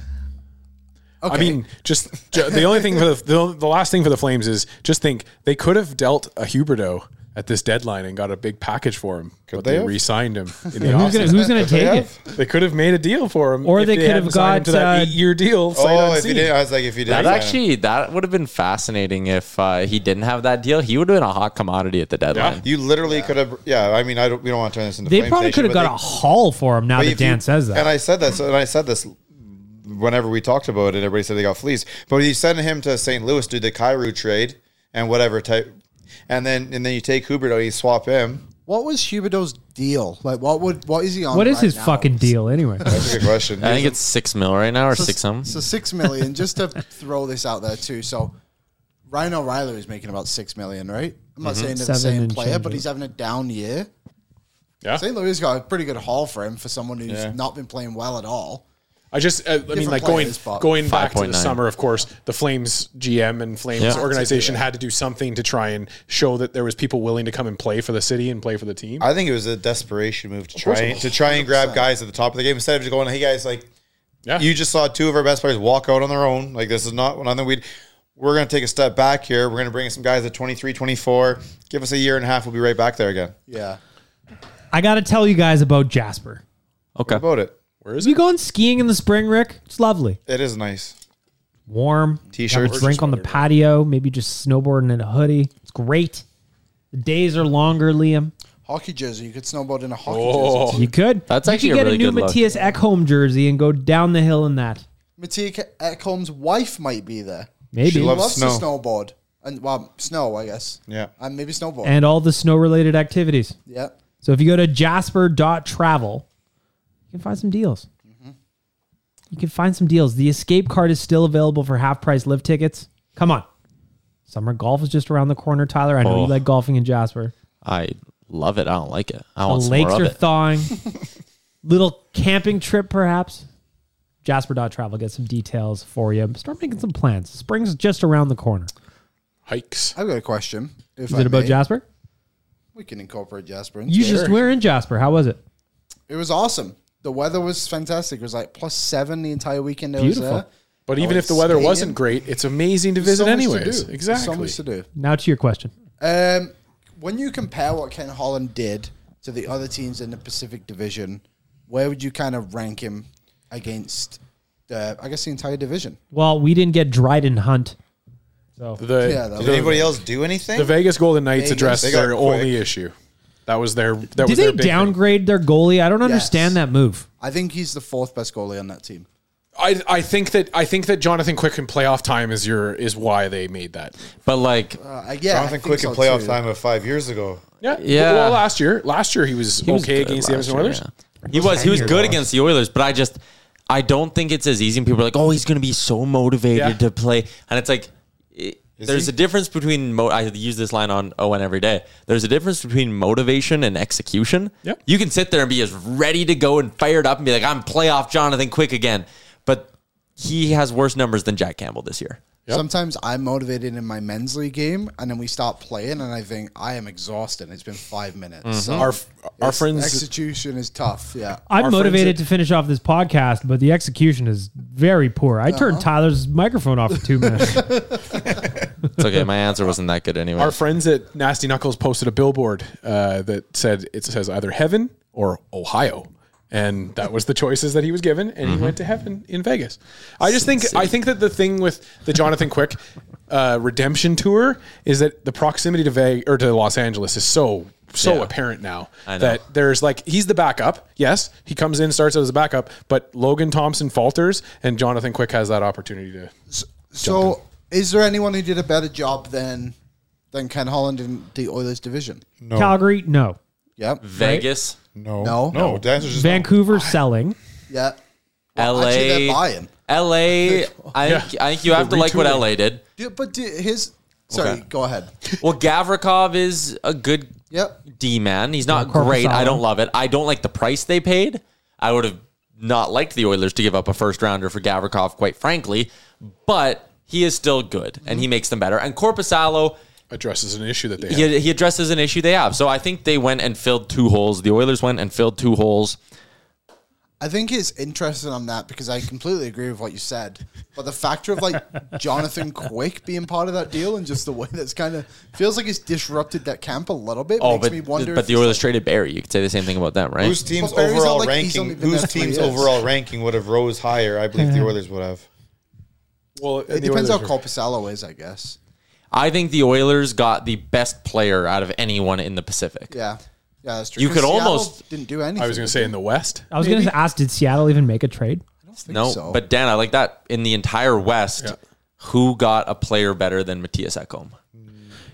Speaker 2: Okay.
Speaker 3: I mean, just ju- the only thing for the, the the last thing for the Flames is just think they could have dealt a Huberto at this deadline and got a big package for him, but
Speaker 5: they
Speaker 3: they,
Speaker 5: have?
Speaker 3: re-signed him in the
Speaker 4: Who's gonna
Speaker 3: offseason.
Speaker 4: Who's gonna
Speaker 5: They
Speaker 4: take it?
Speaker 5: have-
Speaker 3: They could have made a deal for him,
Speaker 4: Or
Speaker 3: if
Speaker 4: they could have
Speaker 3: hadn't signed him to
Speaker 4: got,
Speaker 3: that
Speaker 4: uh,
Speaker 3: eight-year deal. sight
Speaker 5: Oh, if you
Speaker 3: unseen.
Speaker 5: did, I was like, if you did,
Speaker 6: That
Speaker 5: sign him.
Speaker 6: actually, that would have been fascinating if uh, he didn't have that deal. He would have been a hot commodity at the deadline.
Speaker 5: you literally could have. Yeah, I mean, I don't. We don't want to turn this into.
Speaker 4: They
Speaker 5: Flames
Speaker 4: probably
Speaker 5: Nation,
Speaker 4: could have
Speaker 5: but
Speaker 4: got
Speaker 5: they-
Speaker 4: a haul for him now
Speaker 5: But
Speaker 4: that
Speaker 5: if you-
Speaker 4: Dan says
Speaker 5: And
Speaker 4: that.
Speaker 5: I said that, so, and I said this whenever we talked about it. Everybody said they got fleas, but you send him to St. Louis, do the Cairo trade and whatever type, and then and then you take Huberto, you swap him.
Speaker 2: what was Huberto's deal? Like, what would what is he on?
Speaker 4: what is
Speaker 2: right
Speaker 4: his
Speaker 2: now?
Speaker 4: fucking deal anyway?
Speaker 5: That's a good question.
Speaker 6: I think it's six mil right now or six some.
Speaker 2: So six million. just to throw this out there too. So Ryan O'Reilly is making about six million, right? I'm not
Speaker 3: Mm-hmm.
Speaker 2: saying they're the
Speaker 4: Seven
Speaker 2: same
Speaker 4: and
Speaker 2: player,
Speaker 4: change,
Speaker 2: but
Speaker 4: yeah.
Speaker 2: he's having a down year.
Speaker 3: Yeah.
Speaker 2: St. Louis got a pretty good haul for him for someone who's
Speaker 5: Yeah.
Speaker 2: not been playing well at all.
Speaker 3: I just, uh, I mean,
Speaker 2: Different
Speaker 3: like going
Speaker 2: players, but-
Speaker 3: going back to the
Speaker 6: 5.9.
Speaker 3: summer, of course, the Flames GM and Flames
Speaker 6: Yeah.
Speaker 3: organization had to do something to try and show that there was people willing to come and play for the city and play for the team.
Speaker 5: I think it was a desperation move to try to try and grab guys at the top of the game instead of just going, "Hey guys, like
Speaker 3: Yeah.
Speaker 5: you just saw two of our best players walk out on their own. Like this is not nothing we we're going to take a step back here. We're going to bring in some guys at 23, 24. Give us a year and a half, we'll be right back there again."
Speaker 2: Yeah.
Speaker 4: I got to tell you guys about Jasper.
Speaker 6: Okay.
Speaker 5: How about it?
Speaker 3: Where is
Speaker 4: You
Speaker 3: it?
Speaker 4: going skiing in the spring, Rick? It's lovely,
Speaker 5: It is nice.
Speaker 4: warm.
Speaker 5: T-shirts.
Speaker 4: Have a drink on the patio. Maybe just snowboarding in a hoodie. It's great. The days are longer, Liam.
Speaker 2: Hockey jersey. You could snowboard in a hockey jersey.
Speaker 3: Oh,
Speaker 4: You could.
Speaker 6: That's
Speaker 4: you
Speaker 6: actually a
Speaker 4: could get
Speaker 6: really
Speaker 4: a new
Speaker 6: good look.
Speaker 4: Matthias Ekholm jersey and go down the hill in that.
Speaker 2: Mattia Ekholm's wife might be there.
Speaker 4: Maybe.
Speaker 5: She
Speaker 2: She
Speaker 5: loves-
Speaker 2: loves
Speaker 5: snow.
Speaker 2: to snowboard. And well, snow, I guess.
Speaker 5: Yeah.
Speaker 2: And maybe snowboard.
Speaker 4: and all the snow related activities.
Speaker 2: yeah.
Speaker 4: So if you go to jasper.travel, you can find some deals. You can find some deals. The escape card is still available for half price live tickets. Come on. Summer golf is just around the corner, Tyler. I know
Speaker 6: Oh.
Speaker 4: you like golfing in Jasper.
Speaker 6: I love it. I don't like it. I
Speaker 4: The
Speaker 6: want some
Speaker 4: lakes
Speaker 6: more of
Speaker 4: are
Speaker 6: it.
Speaker 4: thawing. Little camping trip, perhaps. Jasper.travel. Get some details for you. Start making some plans. Spring's just around the corner.
Speaker 3: hikes.
Speaker 2: I've got a question. If
Speaker 4: Is
Speaker 2: I
Speaker 4: it about
Speaker 2: may.
Speaker 4: Jasper?
Speaker 2: We can incorporate Jasper. Into
Speaker 4: You
Speaker 2: it.
Speaker 4: just were in Jasper. How was it?
Speaker 2: It was awesome. The weather was fantastic. It was like plus seven the entire weekend. I
Speaker 4: Beautiful.
Speaker 2: was there.
Speaker 3: But even
Speaker 2: Oh,
Speaker 3: if the weather
Speaker 2: stadium.
Speaker 3: wasn't great, it's amazing to
Speaker 2: There's
Speaker 3: visit
Speaker 2: so much to
Speaker 3: anyways.
Speaker 2: do. There's
Speaker 3: Exactly.
Speaker 2: So much to do.
Speaker 4: Now to your question.
Speaker 2: Um, when you compare what Ken Holland did to the other teams in the Pacific Division, where would you kind of rank him against? Uh, I guess the entire division.
Speaker 4: Well, we didn't get Dryden Hunt. So
Speaker 3: The,
Speaker 2: Yeah, that was-
Speaker 5: Did anybody else do anything?
Speaker 3: the Vegas Golden Knights
Speaker 2: Vegas,
Speaker 3: addressed
Speaker 5: they got
Speaker 3: their
Speaker 5: quick.
Speaker 3: only issue. That was their. That
Speaker 4: did
Speaker 3: was
Speaker 4: they
Speaker 3: their big thing.
Speaker 4: downgrade their goalie? I don't understand that move.
Speaker 2: I think he's the fourth best goalie on that team.
Speaker 3: I, I think that I think that Jonathan Quick in playoff time is your is why they made that.
Speaker 6: But like,
Speaker 2: Uh, yeah, I
Speaker 5: Jonathan
Speaker 2: think
Speaker 5: Quick
Speaker 2: so
Speaker 5: in playoff
Speaker 2: too.
Speaker 5: time of five years ago.
Speaker 3: Yeah,
Speaker 6: Yeah.
Speaker 3: Well, last year, last year he was
Speaker 6: He was
Speaker 3: okay
Speaker 6: good
Speaker 3: against the
Speaker 6: last
Speaker 3: Edmonton
Speaker 6: year,
Speaker 3: Oilers.
Speaker 6: yeah. He was he was good against the Oilers, but I just I don't think it's as easy. And people are like, oh, he's going to be so motivated
Speaker 3: Yeah.
Speaker 6: to play, and it's like. It,
Speaker 5: Is
Speaker 6: there's
Speaker 5: he?
Speaker 6: a difference between mo- I use this line on ON every day. There's a difference between motivation and execution.
Speaker 3: Yep.
Speaker 6: You can sit there and be as ready to go and fired up and be like, "I'm playoff Jonathan Quick again," but he has worse numbers than Jack Campbell this year.
Speaker 2: Sometimes I'm motivated in my men's league game, and then we start playing, and I think I am exhausted. It's been five minutes. So
Speaker 3: Mm-hmm. Our our
Speaker 2: it's-
Speaker 3: friends
Speaker 2: execution is tough. Yeah,
Speaker 4: I'm
Speaker 3: Our friends at-
Speaker 4: motivated to finish off this podcast, but the execution is very poor. I
Speaker 2: Uh-huh.
Speaker 4: turned Tyler's microphone off for two minutes.
Speaker 6: It's okay. my answer wasn't that good anyway.
Speaker 3: our friends at Nasty Knuckles posted a billboard uh, that said it says either heaven or Ohio, and that was the choices that he was given, and
Speaker 6: Mm-hmm.
Speaker 3: he went to heaven in Vegas. I just think I think that the thing with the Jonathan Quick uh, redemption tour is that the proximity to Vegas or to Los Angeles is so so
Speaker 6: Yeah.
Speaker 3: apparent now
Speaker 6: I know.
Speaker 3: that there's like he's the backup. Yes, he comes in, starts out as a backup, but Logan Thompson falters, and Jonathan Quick has that opportunity to.
Speaker 2: So, is there anyone who did a better job than than Ken Holland in the Oilers division?
Speaker 5: No,
Speaker 4: Calgary, no.
Speaker 2: Yep.
Speaker 6: Vegas,
Speaker 5: no,
Speaker 2: No.
Speaker 5: no. The answer's just no.
Speaker 4: Vancouver selling.
Speaker 2: Yeah.
Speaker 6: LA,
Speaker 2: Actually, they're buying.
Speaker 6: LA. I think, I think you have to like what
Speaker 3: retooling.
Speaker 6: LA did.
Speaker 2: Yeah, but do- his. Sorry,
Speaker 6: Okay.
Speaker 2: go ahead.
Speaker 6: Well, Gavrikov is a good
Speaker 2: Yep.
Speaker 6: D man. He's not
Speaker 4: Corpusalo.
Speaker 6: great. I don't love it. I don't like the price they paid. I would have not liked the Oilers to give up a first rounder for Gavrikov, quite frankly. But he is still good, and he makes them better. And Corpusalo,
Speaker 3: Mm-hmm. Addresses an issue that they have.
Speaker 6: he, he addresses an issue they have. So I think they went and filled two holes. The Oilers went and filled two holes.
Speaker 2: I think it's interesting on that because I completely agree with what you said. But the factor of like Jonathan Quick being part of that deal and just the way that's kind of feels like it's disrupted that camp a little bit.
Speaker 6: Oh,
Speaker 2: makes
Speaker 6: but,
Speaker 2: me wonder.
Speaker 6: but
Speaker 2: if
Speaker 6: the
Speaker 2: it's
Speaker 6: Oilers traded Barry. You could say the same thing about them, right?
Speaker 5: Whose team's
Speaker 2: But Barry's not
Speaker 5: overall
Speaker 2: like he's only
Speaker 5: ranking?
Speaker 2: been
Speaker 5: Whose
Speaker 2: there three
Speaker 5: team's
Speaker 2: years.
Speaker 5: overall ranking would have rose higher? I believe the Oilers would have.
Speaker 3: Well,
Speaker 2: Like, it depends how Corpusallo is, I guess.
Speaker 6: I think the Oilers got the best player out of anyone in the Pacific.
Speaker 2: Yeah. Yeah, that's true.
Speaker 6: You
Speaker 2: 'Cause
Speaker 6: could
Speaker 2: Seattle
Speaker 6: almost-
Speaker 2: didn't do anything.
Speaker 3: I was going to say in the West.
Speaker 4: I was going to ask, did Seattle even make a trade?
Speaker 2: think
Speaker 6: No,
Speaker 2: so.
Speaker 6: but Dan, I like that in the entire West. Who got a player better than Matthias Ekholm?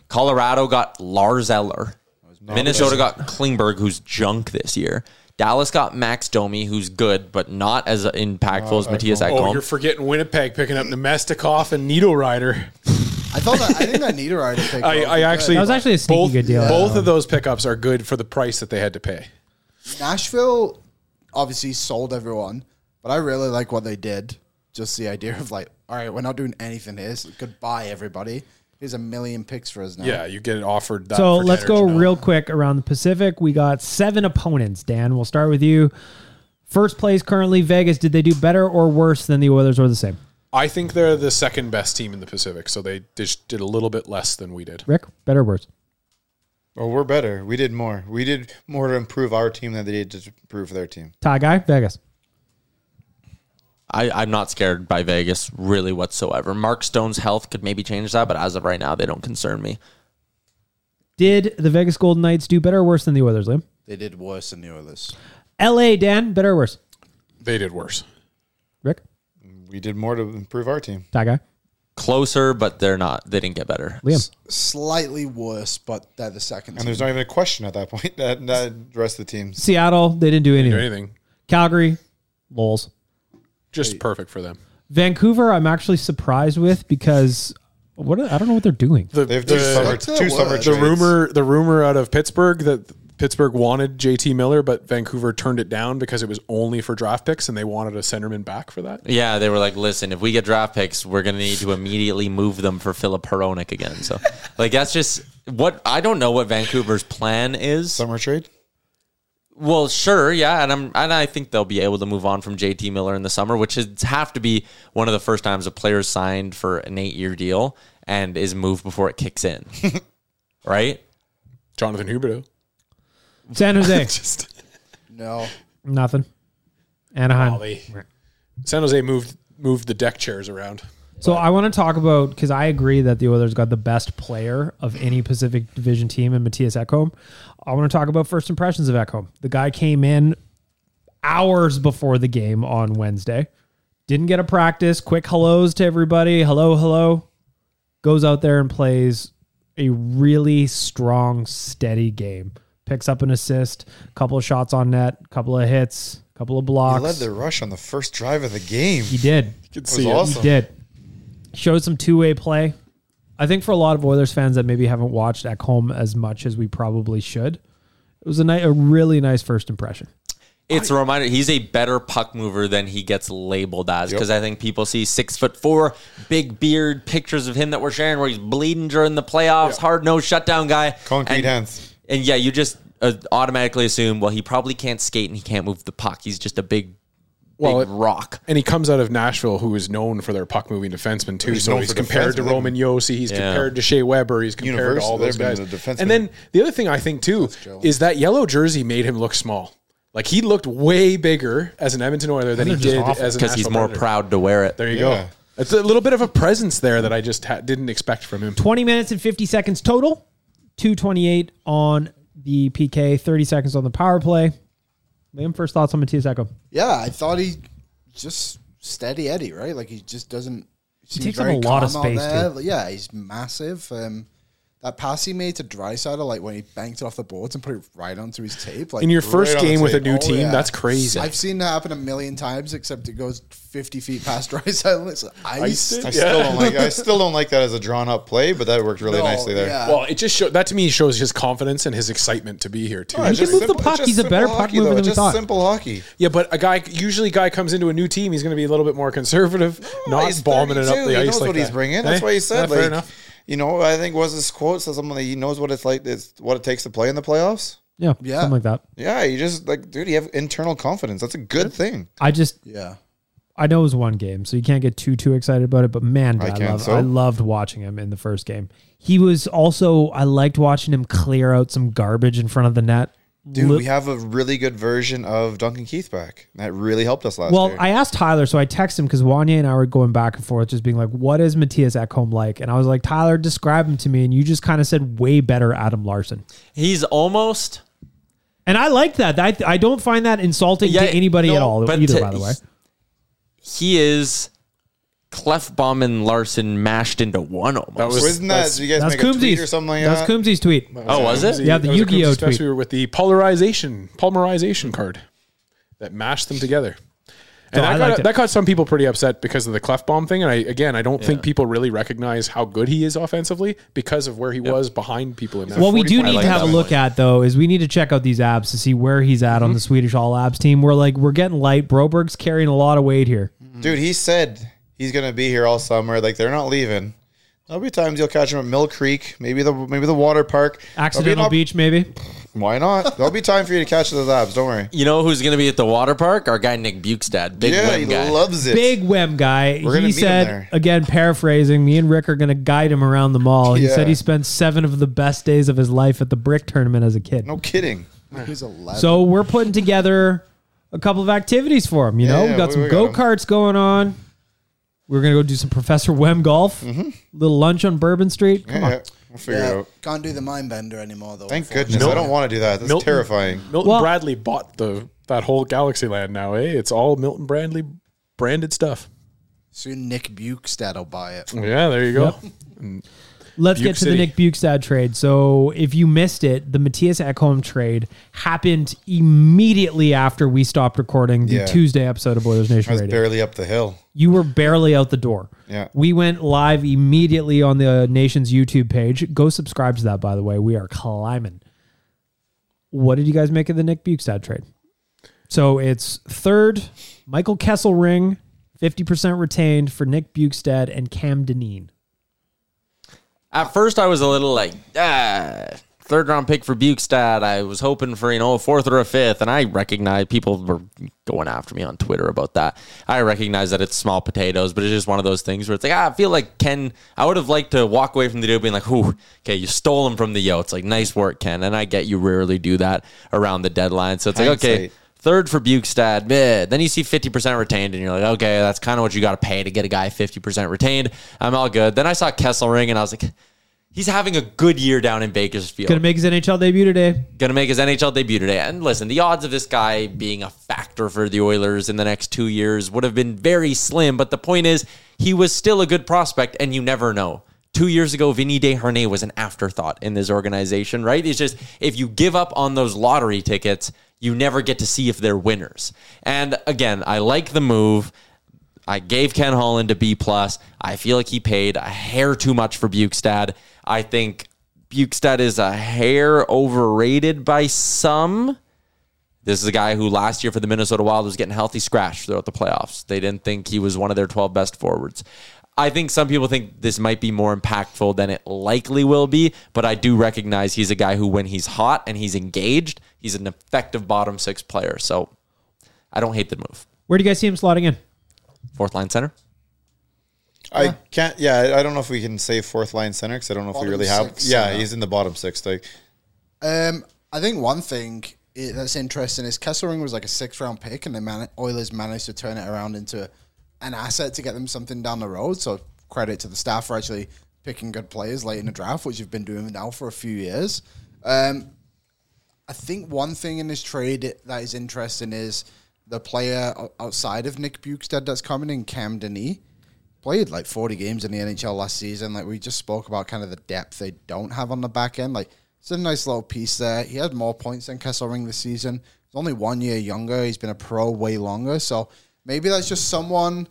Speaker 6: Colorado got Lars Eller. Minnesota got Klingberg, who's junk this year. Dallas got Max Domi, who's good but not as impactful
Speaker 2: Uh,
Speaker 6: as Matthias
Speaker 3: Oh, you're
Speaker 6: Ekholm.
Speaker 3: forgetting Winnipeg picking up Nemestikov and Nido Rider.
Speaker 2: I thought that, I think that Niederreiter pick.
Speaker 3: I,
Speaker 2: was
Speaker 3: I
Speaker 2: good.
Speaker 3: actually
Speaker 4: That was actually a sneaky
Speaker 3: both,
Speaker 4: good deal.
Speaker 3: Both of those pickups are good for the price that they had to pay.
Speaker 2: Nashville obviously sold everyone, but I really like what they did. Just the idea of like, all right, we're not doing anything here. So goodbye, everybody. Here's a million picks for us now.
Speaker 3: Yeah, you get it offered. That
Speaker 4: So
Speaker 3: for
Speaker 4: let's go
Speaker 3: Tanager now.
Speaker 4: real quick around the Pacific. We got seven opponents. Dan, we'll start with you. First place currently, Vegas. Did they do better or worse than the Oilers or the same?
Speaker 3: I think they're the second best team in the Pacific, so they just did a little bit less than we did.
Speaker 4: Rick, better or worse?
Speaker 5: Well, we're better. We did more. We did more to improve our team than they did to improve their team.
Speaker 4: Tie guy, Vegas.
Speaker 6: I, I'm not scared by Vegas really whatsoever. Mark Stone's health could maybe change that, but as of right now, they don't concern me.
Speaker 4: Did the Vegas Golden Knights do better or worse than the Oilers, Liam?
Speaker 2: They did worse than the others.
Speaker 4: LA, Dan, better or worse?
Speaker 3: They did worse.
Speaker 4: Rick,
Speaker 5: We did more to improve our team.
Speaker 4: tie guy,
Speaker 6: Closer, but they're not. They didn't get better.
Speaker 4: Liam.
Speaker 2: Slightly worse, but they're the second.
Speaker 5: And
Speaker 2: team.
Speaker 5: there's not even a question at that point. That, that the rest of the teams.
Speaker 4: Seattle, they didn't do
Speaker 3: Do
Speaker 4: anything.
Speaker 3: anything
Speaker 4: Calgary, Lowell's.
Speaker 3: just perfect for them.
Speaker 4: Vancouver, I'm actually surprised with because what I don't know what they're doing.
Speaker 3: The,
Speaker 5: They've done summer,
Speaker 2: That's
Speaker 5: two
Speaker 2: a
Speaker 5: summer
Speaker 2: word.
Speaker 5: trades.
Speaker 3: the rumor the rumor out of Pittsburgh that Pittsburgh wanted JT Miller, but Vancouver turned it down because it was only for draft picks, and they wanted a centerman back for that.
Speaker 6: Yeah, they were like, listen, if we get draft picks, we're gonna need to immediately move them for Philip Peronic again. So, like, that's just what I don't know what Vancouver's plan is.
Speaker 5: summer trade.
Speaker 6: Well, sure, yeah, and I'm and I think they'll be able to move on from JT Miller in the summer, which is have to be one of the first times a player signed for an eight year deal and is moved before it kicks in, right?
Speaker 3: Jonathan Huberto.
Speaker 4: San Jose,
Speaker 3: Just
Speaker 2: no.
Speaker 4: nothing. Anaheim.
Speaker 3: They- San Jose moved moved the deck chairs around.
Speaker 4: So I want to talk about because I agree that the Oilers got the best player of any Pacific Division team in Matthias Ekholm. I want to talk about first impressions of Ekholm. The guy came in hours before the game on Wednesday, Didn't get a practice. Quick hellos to everybody. Hello, hello. Goes out there and plays a really strong, steady game. Picks up an assist, couple of shots on net, couple of hits, couple of
Speaker 5: He
Speaker 4: blocks.
Speaker 5: led the rush on the first drive of the game.
Speaker 4: He did.
Speaker 5: It
Speaker 3: Could
Speaker 5: was
Speaker 3: see it.
Speaker 4: He
Speaker 5: awesome.
Speaker 4: did. Showed some two way play. I think for a lot of Oilers fans that maybe haven't watched at home as much as we probably should, it was a, ni- a really nice first impression.
Speaker 6: It's a reminder he's a better puck mover than he gets labeled as because I think people see six foot four, big beard, pictures of him that we're sharing where he's bleeding during the playoffs, hard nosed shutdown guy.
Speaker 5: Concrete
Speaker 6: and,
Speaker 5: hands.
Speaker 6: And yeah, you just uh, automatically assume, well, he probably can't skate and he can't move the puck. He's just a big,
Speaker 3: Well,
Speaker 6: big
Speaker 3: it-
Speaker 6: rock.
Speaker 3: And he comes out of Nashville, who is known for their puck moving defensemen too.
Speaker 5: He's
Speaker 3: so
Speaker 5: known
Speaker 3: he's
Speaker 5: for
Speaker 3: compared to
Speaker 5: defensemen.
Speaker 3: Roman Yossi, he's compared to Shea Weber, he's compared to all
Speaker 5: Universal,
Speaker 3: those
Speaker 5: they've
Speaker 3: guys.
Speaker 5: been the defensemen.
Speaker 3: and then the other thing I think too is that yellow jersey made him look small. Like he looked way bigger as an Edmonton Oiler than he
Speaker 4: they're just
Speaker 3: did
Speaker 4: awful.
Speaker 3: as a
Speaker 6: Because he's
Speaker 3: Nashville
Speaker 6: more
Speaker 3: Predator.
Speaker 6: proud to wear it.
Speaker 3: There you
Speaker 5: Yeah.
Speaker 3: go. It's a little bit of a presence there that I just ha- didn't expect from him.
Speaker 4: 20 minutes and 50 seconds total, 228 on the PK, 30 seconds on the power play. Liam, first thoughts on Matias Echo.
Speaker 2: Yeah, I thought he just steady Eddie, right? Like he just doesn't. He
Speaker 4: takes up a lot of space,
Speaker 2: Yeah, he's massive. Um, that pass he made to Drysaddle, like when he banked it off the boards and put it right onto his tape, like
Speaker 3: In your first
Speaker 5: on the
Speaker 3: game with a
Speaker 5: tape.
Speaker 3: new
Speaker 2: oh,
Speaker 3: team,
Speaker 2: yeah.
Speaker 3: that's crazy.
Speaker 2: I've seen that happen a million times, except it goes fifty feet past Drysaddle. It's ice.
Speaker 5: I still don't like. I still don't like that as a drawn up play, but that worked really
Speaker 2: No,
Speaker 5: nicely there.
Speaker 2: yeah.
Speaker 3: well, it just show, that to me shows his confidence and his excitement to be here too.
Speaker 4: he
Speaker 5: Oh, Just
Speaker 4: can move the
Speaker 5: simple-
Speaker 4: puck.
Speaker 5: just
Speaker 4: He's a better
Speaker 5: simple
Speaker 4: puck
Speaker 5: hockey,
Speaker 4: mover
Speaker 5: though.
Speaker 4: than we
Speaker 5: Just
Speaker 4: thought.
Speaker 5: simple hockey.
Speaker 3: Yeah, but a guy usually guy comes into a new team, he's going to be a little bit more conservative, not bombing it up
Speaker 5: 32.
Speaker 3: the
Speaker 5: he
Speaker 3: ice
Speaker 5: knows
Speaker 3: like
Speaker 5: what he's
Speaker 3: that.
Speaker 5: bringing.
Speaker 3: Eh?
Speaker 5: That's why he said.
Speaker 3: Yeah,
Speaker 5: like,
Speaker 3: fair enough.
Speaker 5: You know, I think was his quote says something that he knows what it's like. It's what it takes to play in the playoffs.
Speaker 4: Yeah,
Speaker 2: Yeah.
Speaker 4: something like that.
Speaker 5: Yeah, you just like, dude, you have internal confidence. That's a good thing.
Speaker 4: I just,
Speaker 2: yeah.
Speaker 4: I know it was one game, so you can't get too too excited about it. But man, did
Speaker 5: I
Speaker 4: I,
Speaker 5: can't,
Speaker 4: love,
Speaker 5: so?
Speaker 4: I loved watching him in the first game. He was also I liked watching him clear out some garbage in front of the net.
Speaker 5: Dude,
Speaker 4: Li-
Speaker 5: we have a really good version of Duncan Keith back. That really helped us last
Speaker 4: well,
Speaker 5: year.
Speaker 4: I asked Tyler, so I texted him because Wanya and I were going back and forth, just being like, "What is Matthias Ekholm like?" And I was like, "Tyler, describe him to me," and you just kind of said, "Way better, Adam Larson."
Speaker 6: He's almost.
Speaker 4: And I like that. I, I don't find that insulting
Speaker 6: Yeah,
Speaker 4: to anybody
Speaker 6: no,
Speaker 4: at all
Speaker 6: but
Speaker 4: either.
Speaker 6: to-
Speaker 4: by the way,
Speaker 6: He is Clefbaum and Larson mashed into one almost.
Speaker 5: Wasn't that you guys
Speaker 4: that's
Speaker 5: make a tweet or
Speaker 4: Coombsies.
Speaker 5: something like
Speaker 4: that's
Speaker 5: that?
Speaker 4: Coombsies' tweet.
Speaker 6: oh, was it?
Speaker 4: Yeah, the
Speaker 3: That was a
Speaker 4: Yu-Gi-Oh
Speaker 3: Coombs Express
Speaker 4: tweet.
Speaker 3: We were with the polarization polymerization card that mashed them together. And
Speaker 4: No, I
Speaker 3: that,
Speaker 4: liked
Speaker 3: got,
Speaker 4: it.
Speaker 3: that got some people pretty upset because of the cleft bomb thing. And I again, I don't think people really recognize how good he is offensively because of where he was behind people in that.
Speaker 4: What we do
Speaker 6: 45. I
Speaker 4: need
Speaker 6: like
Speaker 4: to have a
Speaker 6: that
Speaker 4: look at though is we need to check out these abs to see where he's at
Speaker 3: Mhm.
Speaker 4: on the Swedish All Abs team. We're like we're getting light. Broberg's carrying a lot of weight here.
Speaker 5: Dude, he said he's gonna be here all summer. Like they're not leaving. There'll be times you'll catch him at Mill Creek, maybe the maybe the water park. There'll be an
Speaker 4: Accidental
Speaker 5: op-
Speaker 4: beach, maybe.
Speaker 5: Why not? There'll be time for you to catch the labs. Don't worry.
Speaker 6: You know who's going to be at the water park? Our guy Nick Bukestad, big
Speaker 5: yeah,
Speaker 6: wing
Speaker 5: he
Speaker 6: guy.
Speaker 5: loves it.
Speaker 4: Big Wem guy.
Speaker 5: We're gonna
Speaker 4: he
Speaker 5: meet him
Speaker 4: said
Speaker 5: there.
Speaker 4: again, paraphrasing. Me and Rick are going to guide him around the mall. He
Speaker 5: Yeah.
Speaker 4: said he spent seven of the best days of his life at the brick tournament as a kid.
Speaker 5: No kidding.
Speaker 2: He's eleven.
Speaker 4: So we're putting together a couple of activities for him. You know,
Speaker 5: Yeah,
Speaker 4: we've got
Speaker 5: we-
Speaker 4: some
Speaker 5: we
Speaker 4: go
Speaker 5: got 'em.
Speaker 4: karts going on. We're gonna go do some Professor Wem golf. Little lunch on Bourbon Street. Come on.
Speaker 5: Mm-hmm. Yeah, we'll figure it
Speaker 2: yeah,
Speaker 5: out.
Speaker 2: can't do the mind bender anymore though.
Speaker 5: Thank
Speaker 2: unfortunately.
Speaker 5: goodness. I don't want to do that. That's
Speaker 3: Milton-
Speaker 5: terrifying.
Speaker 3: Milton
Speaker 4: Well-
Speaker 3: Bradley bought the that whole Galaxy Land now. Eh, it's all Milton Bradley branded stuff.
Speaker 2: Soon Nick Bukestad will buy it.
Speaker 3: Yeah, there you go.
Speaker 4: Let's
Speaker 3: Buke
Speaker 4: get to
Speaker 3: City.
Speaker 4: the Nick Bukestad trade. So, if you missed it, the Matthias Ekholm trade happened immediately after we stopped recording the
Speaker 5: Yeah.
Speaker 4: Tuesday episode of Oilers
Speaker 5: I
Speaker 4: Nation
Speaker 5: was
Speaker 4: Radio.
Speaker 5: barely up the hill.
Speaker 4: you were barely out the door.
Speaker 5: Yeah.
Speaker 4: We went live immediately on the Nation's YouTube page. Go subscribe to that, by the way. We are climbing. What did you guys make of the Nick Bukestad trade? So it's third, Michael Kessel ring, 50% retained for Nick Bukestad and Cam Deneen.
Speaker 6: At first, I was a little like, ah, third round pick for Bukestad. I was hoping for, you know, a fourth or a fifth. And I recognize people were going after me on Twitter about that. I recognize that it's small potatoes, but it's just one of those things where it's like, ah, I feel like Ken, I would have liked to walk away from the deal being like, ooh, okay, you stole him from the yo. It's like, nice work, Ken. And I get you rarely do that around the deadline. So it's like, okay.
Speaker 5: Hindsight.
Speaker 6: Third for Bukestad, meh. Then you see 50% retained, and you're like, okay, that's kind of what you got to pay to get a guy 50% retained. I'm all good. Then I saw Kessel ring, and I was like, He's having a good year down in Bakersfield.
Speaker 4: Gonna make his NHL debut today.
Speaker 6: going to make his NHL debut today. And listen, the odds of this guy being a factor for the Oilers in the next two years would have been very slim. But the point is, he was still a good prospect, and you never know. Two years ago, Vinny DeHarnay was an afterthought in this organization, right? It's just if you give up on those lottery tickets, you never get to see if they're winners. And again, I like the move. I gave Ken Holland a B plus. I feel like he paid a hair too much for Bukestad. I think Bukestad is a hair overrated by some. This is a guy who last year for the Minnesota Wild was getting healthy scratch throughout the playoffs. They didn't think he was one of their 12 best forwards. I think some people think this might be more impactful than it likely will be, but I do recognize he's a guy who, when he's hot and he's engaged, he's an effective bottom six player. So I don't hate the move.
Speaker 4: Where do you guys see him slotting in?
Speaker 6: Fourth line center.
Speaker 5: I can't. Yeah, I- I don't know if we can say fourth line center because I don't know if we
Speaker 2: Bottom
Speaker 5: really have.
Speaker 2: six,
Speaker 5: yeah,
Speaker 2: yeah.
Speaker 5: he's in the bottom six. Like,
Speaker 2: Um, I think one thing i- that's interesting is Kesselring was like a six round pick, and the man- Oilers managed to turn it around into an asset to get them something down the road. So credit to the staff for actually picking good players late in the draft, which you've been doing now for a few years. Um, I think one thing in this trade that is interesting is the player o- outside of Nick Bukestad that's coming in, Cam Denis, played like 40 games in the NHL last season. Like we just spoke about kind of the depth they don't have on the back end. Like it's a nice little piece there. He had more points than Kesselring this season. He's only one year younger. He's been a pro way longer. So maybe that's just someone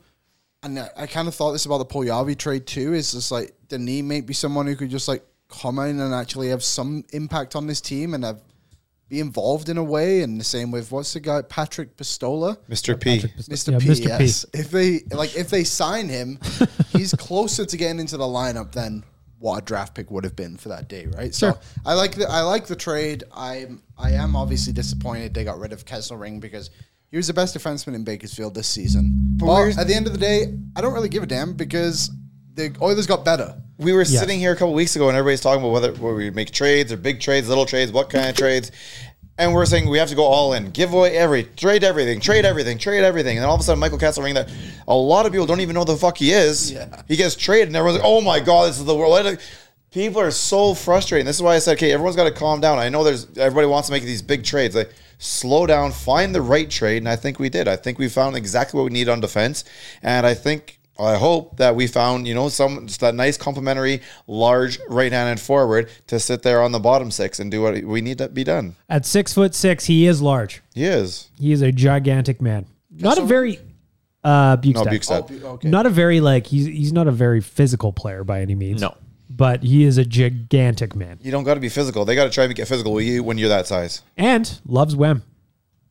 Speaker 2: and I, I kind of thought this about the Polyavi trade too. Is just like Denis may be someone who could just like come in and actually have some impact on this team and have, be involved in a way. And the same with what's the guy Patrick Pistola,
Speaker 5: Mr. P.
Speaker 2: Mr.
Speaker 4: Yeah,
Speaker 2: P.
Speaker 4: Mr. P.
Speaker 2: Yes. If they like, if they sign him, he's closer to getting into the lineup than what a draft pick would have been for that day, right? So I like the I like the trade. I'm I am obviously disappointed they got rid of Kesselring because he was the best defenseman in Bakersfield this season. But
Speaker 5: where's-
Speaker 2: at the end of the day, I don't really give a damn because the Oilers got better.
Speaker 5: We were sitting here a couple weeks ago and everybody's talking about whether whether we make trades or big trades, little trades, what kind of trades. And we're saying we have to go all in, give away every, trade everything, trade everything, trade everything. And then all of a sudden, Michael Kesselring, that a lot of people don't even know the fuck he is, he gets traded, and everyone's like, "Oh my god, this is the world." What a- People are so frustrated. This is why I said, "Okay, everyone's got to calm down." I know there's everybody wants to make these big trades. Like, slow down, find the right trade, and I think we did. I think we found exactly what we need on defense, and I think I hope that we found, you know, some just that nice complementary large right-handed forward to sit there on the bottom six and do what we need to be done.
Speaker 4: At six foot six, he is large.
Speaker 5: He is.
Speaker 4: He is a gigantic man. Not a very uh
Speaker 5: No,
Speaker 4: Bukestad.
Speaker 2: Oh,
Speaker 5: Bukestad.
Speaker 4: Not a very like he's he's not a very physical player by any means.
Speaker 6: No.
Speaker 4: But he is a gigantic man.
Speaker 5: You don't got to be physical. They got to try to get physical with you when you're that size.
Speaker 4: And loves Wem.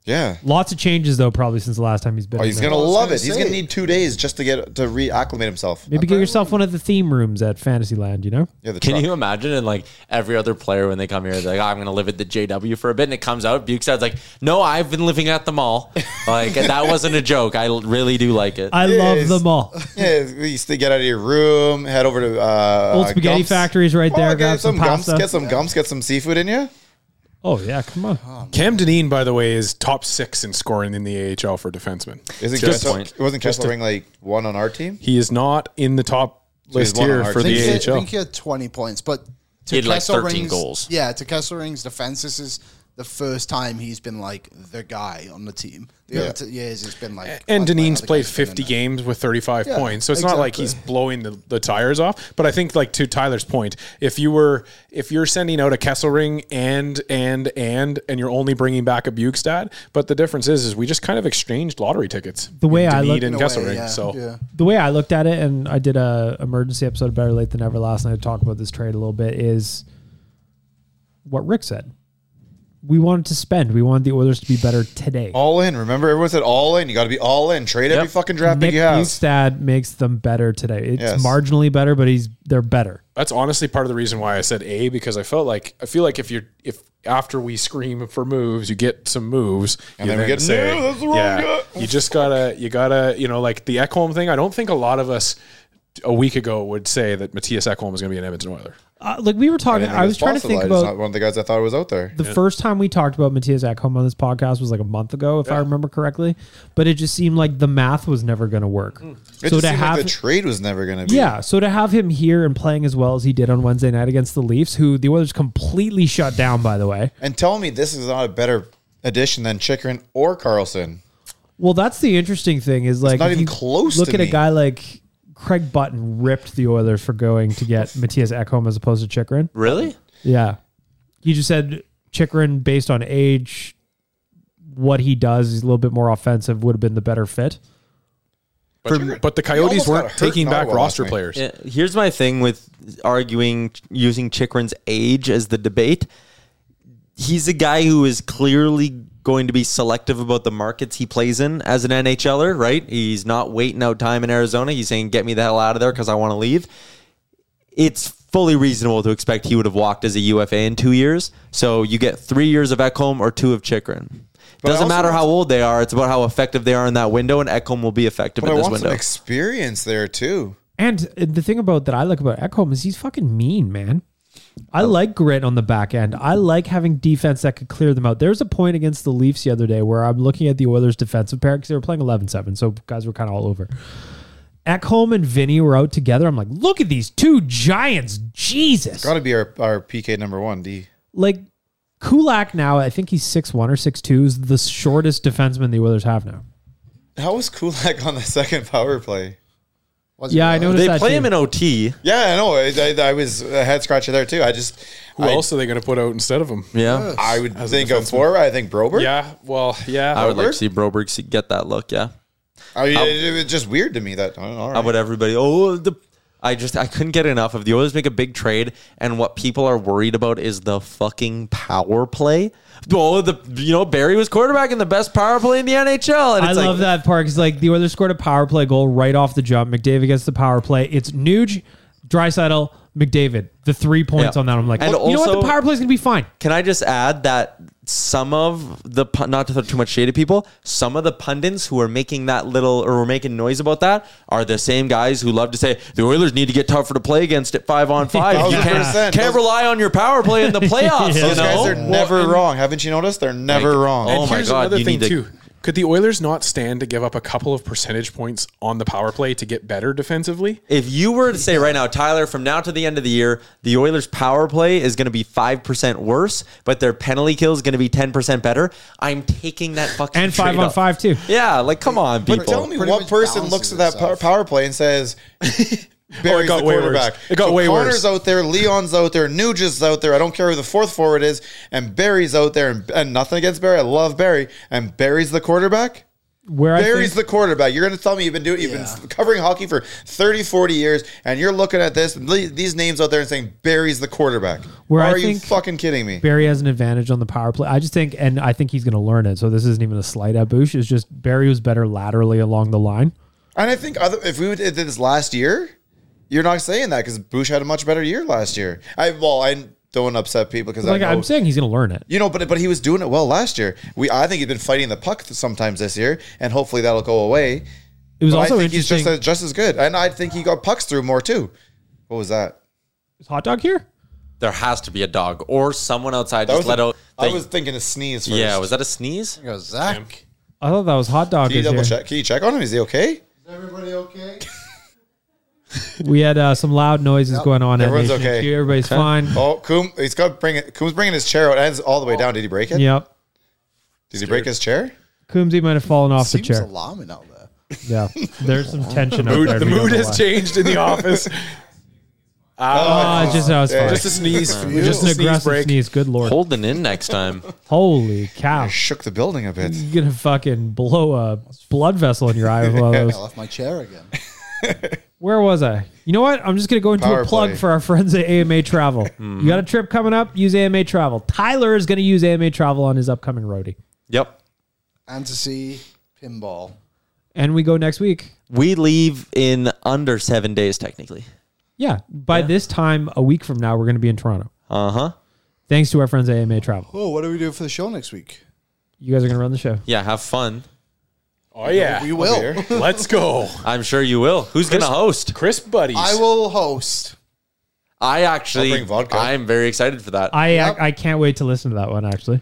Speaker 5: Yeah.
Speaker 4: Lots of changes though, probably since the last time he's been.
Speaker 5: Oh,
Speaker 4: in
Speaker 5: he's
Speaker 4: there.
Speaker 5: going to
Speaker 2: was
Speaker 5: love
Speaker 2: gonna
Speaker 5: it. He's going
Speaker 2: say.
Speaker 5: to need two days just to get to reacclimate himself.
Speaker 4: Maybe get yourself one of the theme rooms at Fantasyland, you know?
Speaker 5: Yeah, the
Speaker 6: Can
Speaker 5: truck.
Speaker 6: you imagine? And like every other player, when they come here, they're like, "Oh, "I'm going to live at the JW for a bit," and it comes out. Bukestad's like, "No, I've been living at the mall. Like that wasn't a joke. I really do like it."
Speaker 4: I love
Speaker 5: is.
Speaker 4: them all.
Speaker 5: Yeah, you used to get out of your room, head over to uh,
Speaker 4: Old spaghetti
Speaker 5: Gump's.
Speaker 4: factories right there,
Speaker 5: get
Speaker 4: grab some
Speaker 5: gums,
Speaker 4: pasta.
Speaker 5: get some gums, get some seafood in you.
Speaker 4: Oh yeah, come on.
Speaker 3: Cam Deneen, by the way, is top six in scoring in the AHL for defensemen.
Speaker 5: Isn't
Speaker 6: Good
Speaker 5: Kessel,
Speaker 6: point.
Speaker 5: wasn't Kessel Ring like one on our team?
Speaker 3: He is not in the top
Speaker 5: he's
Speaker 3: list
Speaker 5: one on
Speaker 3: here
Speaker 5: our
Speaker 3: for
Speaker 2: I
Speaker 5: team.
Speaker 2: think, he, I
Speaker 3: the AHL.
Speaker 2: think he had 20 points, but to
Speaker 6: He had, like, 13
Speaker 2: Kesselring's-
Speaker 6: goals.
Speaker 2: Yeah, to Kesselring's defense, this is the first time he's been like the guy on the team. The other two years, it's been like.
Speaker 3: And
Speaker 2: like,
Speaker 3: Deneen's
Speaker 2: other
Speaker 3: played
Speaker 2: guys have been in
Speaker 3: 50
Speaker 2: there.
Speaker 3: games with 35 points. So it's not like he's
Speaker 2: exactly.
Speaker 3: blowing the, the tires off. But I think like to Tyler's point, if you were if you're sending out a Kesselring and and and and you're only bringing back a Bukestad, but the difference is is we just kind of exchanged lottery tickets. The
Speaker 4: way I look-
Speaker 3: and
Speaker 2: In a way,
Speaker 3: Kesselring.
Speaker 2: yeah,
Speaker 3: so
Speaker 2: yeah.
Speaker 4: the way I looked at it, and I did a emergency episode of Better Late Than Never last night to talk about this trade a little bit, is what Rick said. We wanted to spend. We wanted the Oilers to be better today.
Speaker 5: All in. Remember, everyone said all in. You got to be all in. Trade every fucking draft pick
Speaker 4: Nick
Speaker 5: you have.
Speaker 4: Bukestad makes them better today. It's
Speaker 5: Yes.
Speaker 4: marginally better, but he's they're better.
Speaker 3: that's honestly part of the reason why I said A because I felt like I feel like if you're if after we scream for moves, you get some moves, and
Speaker 5: then we get, "No, that's the wrong guy."
Speaker 3: you just gotta you gotta you know like the Ekholm thing. I don't think a lot of us a week ago would say that Matthias Ekholm is going to be an Edmonton Oiler.
Speaker 4: Uh, like we were talking,
Speaker 5: didn't
Speaker 4: I
Speaker 5: it
Speaker 4: was trying to think
Speaker 5: Fossilized. It's
Speaker 4: about
Speaker 5: not one of the guys I thought was out there.
Speaker 4: the first time we talked about Matthias Ekholm on this podcast was like a month ago, if I remember correctly. But it just seemed like the math was never going to work.
Speaker 5: Hmm. It
Speaker 4: So
Speaker 5: just
Speaker 4: to
Speaker 5: seemed
Speaker 4: have,
Speaker 5: like the trade was never going to be.
Speaker 4: yeah, so to have him here and playing as well as he did on Wednesday night against the Leafs, who the Oilers completely shut down, by the way.
Speaker 5: And tell me this is not a better addition than Chikrin or Carlson.
Speaker 4: Well, that's the interesting thing is like
Speaker 5: not
Speaker 4: if
Speaker 5: even
Speaker 4: you
Speaker 5: close
Speaker 4: Look
Speaker 5: to
Speaker 4: at a
Speaker 5: me.
Speaker 4: guy like Craig Button ripped the Oilers for going to get Matthias Ekholm as opposed to Chikrin.
Speaker 6: Really?
Speaker 4: Yeah. He just said Chikrin, based on age, what he does, he's a little bit more offensive, would have been the better fit.
Speaker 3: But, but the Coyotes
Speaker 5: almost
Speaker 3: weren't
Speaker 5: got hurt
Speaker 3: taking
Speaker 5: in
Speaker 3: back
Speaker 5: Ottawa last
Speaker 3: roster
Speaker 5: night.
Speaker 3: players.
Speaker 6: Yeah, here's my thing with arguing using Chikrin's age as the debate. He's a guy who is clearly going to be selective about the markets he plays in as an NHLer, right? He's not waiting out time in Arizona. He's saying, "Get me the hell out of there because I want to leave." It's fully reasonable to expect he would have walked as a UFA in two years. So you get three years of Ekholm or two of Chikrin. Doesn't
Speaker 5: also
Speaker 6: matter
Speaker 5: want-
Speaker 6: how old they are. It's about how effective they are in that window, and Ekholm will be effective
Speaker 5: But I
Speaker 6: in this
Speaker 5: want
Speaker 6: window.
Speaker 5: some experience there too.
Speaker 4: And the thing about that I like about Ekholm is he's fucking mean, man. I like grit on the back end. I like having defense that could clear them out. There's a point against the Leafs the other day where I'm looking at the Oilers' defensive pair because they were playing 11 7, so guys were kind of all over. Ekholm and Vinny were out together. I'm like, look at these two giants. Jesus.
Speaker 5: Got to be our, our PK number one D.
Speaker 4: like Kulak now, I think he's six one or six two, is the shortest defenseman the Oilers have now.
Speaker 5: How was Kulak on the second power play?
Speaker 2: Was it
Speaker 4: Yeah, I
Speaker 2: really?
Speaker 4: noticed
Speaker 6: They
Speaker 4: that
Speaker 6: play
Speaker 4: too.
Speaker 6: him in OT.
Speaker 5: Yeah, I know. I, I, I was a head scratcher there too. I just
Speaker 3: Who
Speaker 5: I,
Speaker 3: else are they going to put out instead of him?
Speaker 6: Yeah.
Speaker 5: I would think of four. I think Broberg.
Speaker 3: Yeah, well, yeah.
Speaker 6: I would like
Speaker 5: Broberg?
Speaker 6: to see Broberg see- get that look. Yeah,
Speaker 5: I mean, it, it was just weird to me that. I don't know, all
Speaker 6: how
Speaker 5: right.
Speaker 6: about everybody? Oh, the I just I couldn't get enough of the Oilers make a big trade, and what people are worried about is the fucking power play. Oh, the you know Barry was quarterback in the best power play in the NHL, and
Speaker 4: I
Speaker 6: it's like,
Speaker 4: love that part because like the Oilers scored a power play goal right off the jump. McDavid gets the power play. It's Nuge, Drysaddle, McDavid. The three points
Speaker 6: Yeah.
Speaker 4: on that. I'm like,
Speaker 6: And
Speaker 4: well, you know what? The
Speaker 6: also-
Speaker 4: power play's gonna be fine.
Speaker 6: Can I just add that some of the pu- not to throw too much shade at people, some of the pundits who are making that little or were making noise about that are the same guys who love to say the Oilers need to get tougher to play against at five on five. you
Speaker 5: Thousand
Speaker 6: can't,
Speaker 5: percent.
Speaker 6: can't
Speaker 5: Those-
Speaker 6: rely on your power play in the playoffs.
Speaker 4: Yeah.
Speaker 6: You
Speaker 5: Those guys
Speaker 6: know,
Speaker 5: are never wrong. Haven't you noticed? They're never wrong.
Speaker 6: Oh
Speaker 3: And
Speaker 6: my
Speaker 3: here's
Speaker 6: God,
Speaker 3: another
Speaker 6: you
Speaker 3: thing
Speaker 6: need to-
Speaker 3: too. Could the Oilers not stand to give up a couple of percentage points on the power play to get better defensively?
Speaker 6: If you were to say right now, Tyler, from now to the end of the year, the Oilers' power play is going to be 5% worse, but their penalty kill is going to be 10% better, I'm taking that fucking
Speaker 4: And five
Speaker 6: trade
Speaker 4: on
Speaker 6: off.
Speaker 4: five too.
Speaker 6: Yeah, like, come on, people.
Speaker 5: But tell me
Speaker 2: Pretty
Speaker 5: what
Speaker 2: much
Speaker 5: person
Speaker 2: balances
Speaker 5: looks at that power,
Speaker 2: itself.
Speaker 5: power play and says, Barry's
Speaker 3: got
Speaker 5: the
Speaker 3: way
Speaker 5: quarterback.
Speaker 3: worse. It got way
Speaker 5: Connor's
Speaker 3: worse.
Speaker 5: out there, Leon's out there, Nuge is out there. I don't care who the fourth forward is, and Barry's out there, and, and nothing against Barry. I love Barry, and Barry's the quarterback.
Speaker 4: Where I
Speaker 5: Barry's
Speaker 4: think,
Speaker 5: the quarterback. You're going to tell me you've been doing, you've been covering hockey for 30, 40 years, and you're looking at this, le- these names out there, and saying Barry's the quarterback.
Speaker 4: Where I
Speaker 5: Are you
Speaker 4: think-
Speaker 5: fucking kidding me?
Speaker 4: Barry has an advantage on the power play. I just think, and I think he's gonna learn it. So this isn't even a slight at Bush. It's just Barry was better laterally along the line.
Speaker 5: And I think other if we would- did this last year, you're not saying that because Bush had a much better year last year. I well, I don't want to upset people because
Speaker 4: Like
Speaker 5: I know,
Speaker 4: I'm saying, he's gonna learn it.
Speaker 5: you know, but but he was doing it well last year. We I think he's been fighting the puck sometimes this year, and hopefully that'll go away.
Speaker 4: It was
Speaker 5: But I
Speaker 4: also
Speaker 5: think he's
Speaker 4: interesting.
Speaker 5: just uh, just as good, and I think he got pucks through more too. What was that?
Speaker 4: Is hot dog here.
Speaker 6: there has to be a dog or someone outside
Speaker 5: That
Speaker 6: just let
Speaker 5: a-
Speaker 6: out.
Speaker 5: I
Speaker 6: they-
Speaker 5: was thinking a sneeze. First.
Speaker 6: yeah, was that a sneeze?
Speaker 2: There goes Zach.
Speaker 4: I thought that was hot dog.
Speaker 5: Can you
Speaker 4: is here.
Speaker 5: double check? Can you check on him? Is he okay?
Speaker 2: Is everybody okay?
Speaker 4: We had uh, some loud noises going on. at
Speaker 5: Everyone's
Speaker 4: Nation
Speaker 5: okay.
Speaker 4: Q. Everybody's fine.
Speaker 5: Oh, Coom, he's got bring it. Coom's bringing his chair out. It Ends all the way down. Did he break it?
Speaker 4: Yep.
Speaker 5: Did he break his chair?
Speaker 4: Coombsy might have fallen off
Speaker 2: Seems
Speaker 4: the chair.
Speaker 2: alarming out there.
Speaker 4: Yeah. There's some tension out
Speaker 3: Mood-
Speaker 4: there.
Speaker 3: the
Speaker 4: if you don't
Speaker 3: mood
Speaker 4: know
Speaker 3: has
Speaker 4: why.
Speaker 3: changed in the office.
Speaker 4: Oh, it's just, no, it's fine.
Speaker 3: Just a sneeze. just
Speaker 4: Just
Speaker 3: a
Speaker 4: an
Speaker 3: sneeze
Speaker 4: aggressive
Speaker 3: break.
Speaker 4: sneeze. Good lord.
Speaker 6: Holding in next time.
Speaker 4: Holy cow.
Speaker 5: Shook the building a bit.
Speaker 4: You're going to fucking blow a blood vessel in your eye with one of
Speaker 2: I
Speaker 4: those.
Speaker 2: left my chair again.
Speaker 4: Where was I? You know what? I'm just going to go into
Speaker 5: Power
Speaker 4: a plug
Speaker 5: play.
Speaker 4: for our friends at AMA Travel. You got a trip coming up? Use AMA Travel. Tyler is going to use AMA Travel on his upcoming roadie.
Speaker 6: Yep.
Speaker 2: And to see pinball.
Speaker 4: And we go next week.
Speaker 6: We leave in under seven days, technically.
Speaker 4: Yeah. By this time, a week from now, we're going to be in Toronto.
Speaker 6: Uh huh.
Speaker 4: Thanks to our friends at AMA Travel.
Speaker 2: Oh, what are we doing for the show next week?
Speaker 4: You guys are going to run the show.
Speaker 6: Yeah, have fun.
Speaker 3: Oh yeah,
Speaker 2: We will.
Speaker 3: Let's go,
Speaker 6: I'm sure you will. Who's going to host?
Speaker 3: Chris Buddies.
Speaker 2: I will host.
Speaker 6: I actually,
Speaker 5: I'll bring vodka.
Speaker 6: I'm very excited for that.
Speaker 4: I I can't wait to listen to that one. Actually,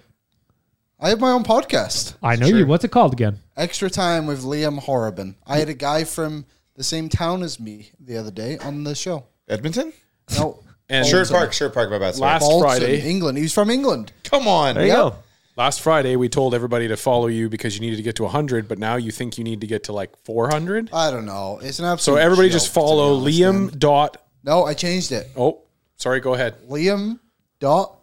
Speaker 2: I have my own podcast.
Speaker 4: I know you. What's it called again?
Speaker 2: Extra time with Liam Horriban. I had a guy from the same town as me the other day on the show.
Speaker 5: Edmonton?
Speaker 2: No,
Speaker 3: And
Speaker 5: Sure Park, Sure Park, my bad. Sorry.
Speaker 3: Last-
Speaker 2: Bolton,
Speaker 3: Friday.
Speaker 2: England. He was from England.
Speaker 5: Come on.
Speaker 6: there you
Speaker 2: yeah.
Speaker 6: go.
Speaker 3: Last Friday, we told everybody to follow you because you needed to get to 100, but now you think you need to get to like 400.
Speaker 2: I don't know. It's an
Speaker 3: So
Speaker 2: absolute.
Speaker 3: everybody
Speaker 2: joke,
Speaker 3: just
Speaker 2: to be
Speaker 3: follow
Speaker 2: honest.
Speaker 3: Liam dot.
Speaker 2: No, I changed it.
Speaker 3: Oh, sorry. Go ahead.
Speaker 2: Liam dot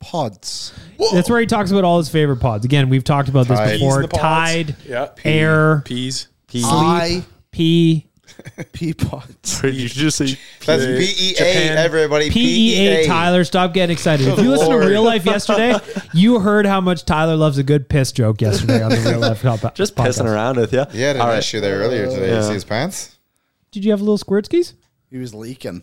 Speaker 2: pods.
Speaker 4: That's where he talks about all his favorite pods. Again, we've talked about this
Speaker 5: Tides.
Speaker 4: before.
Speaker 5: The pods.
Speaker 4: Tide,
Speaker 3: Yeah.
Speaker 4: air, P,
Speaker 3: Peas.
Speaker 2: I P pods.
Speaker 6: Did you just say
Speaker 5: That's B E A,
Speaker 3: Japan.
Speaker 5: everybody.
Speaker 4: P E A. Tyler, stop getting excited. If
Speaker 5: Good
Speaker 4: you listen to
Speaker 5: Lord.
Speaker 4: Real Life yesterday, you heard how much Tyler loves a good piss joke yesterday on the Real Life Pod-
Speaker 6: just
Speaker 4: podcast.
Speaker 6: pissing around with you?
Speaker 5: He had an
Speaker 6: All right.
Speaker 5: issue there earlier today. you see his pants?
Speaker 4: Did you have a little squirt skis?
Speaker 2: He was leaking.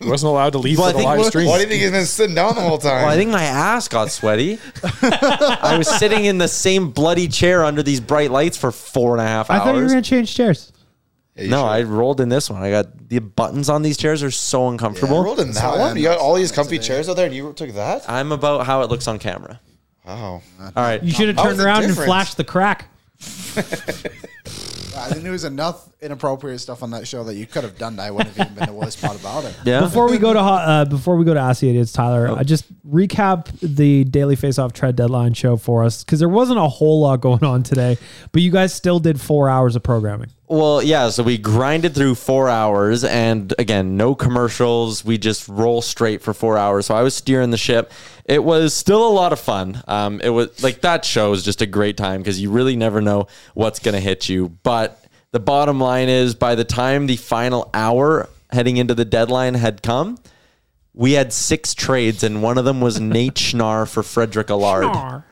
Speaker 3: He wasn't allowed to leave
Speaker 6: Well, I
Speaker 3: for the
Speaker 6: think
Speaker 3: live
Speaker 6: we're-
Speaker 3: stream.
Speaker 5: Why do you think he's been sitting down the whole time?
Speaker 6: Well, I think my ass got sweaty. I was sitting in the same bloody chair under these bright lights for four and a half
Speaker 4: I
Speaker 6: hours.
Speaker 4: thought you were going to change chairs.
Speaker 5: Yeah, you
Speaker 6: no,
Speaker 5: should.
Speaker 6: I rolled in this one. I got the buttons on these chairs are so uncomfortable.
Speaker 5: You rolled in that one. You got all these comfy chairs out there, and you took that.
Speaker 6: I'm about how it looks on camera.
Speaker 5: Wow.
Speaker 6: All right.
Speaker 4: You should have
Speaker 5: How's
Speaker 4: turned
Speaker 5: the
Speaker 4: around and
Speaker 5: difference?
Speaker 4: flashed the crack.
Speaker 2: I think there was enough inappropriate stuff on that show that you could have done. that. I wouldn't have even been the worst part about it.
Speaker 6: yeah.
Speaker 4: Before we go to ho- uh, before we go to Aussie Idiots, Tyler, I just recap the Daily Faceoff Tread Deadline show for us because there wasn't a whole lot going on today, but you guys still did four hours of programming.
Speaker 6: Well, yeah. So we grinded through four hours, and again, no commercials. We just roll straight for four hours. So I was steering the ship. It was still a lot of fun. Um, it was like that show is just a great time because you really never know what's gonna hit you. But the bottom line is, by the time the final hour heading into the deadline had come, we had six trades, and one of them was Nate Schnarr for Frederick Allard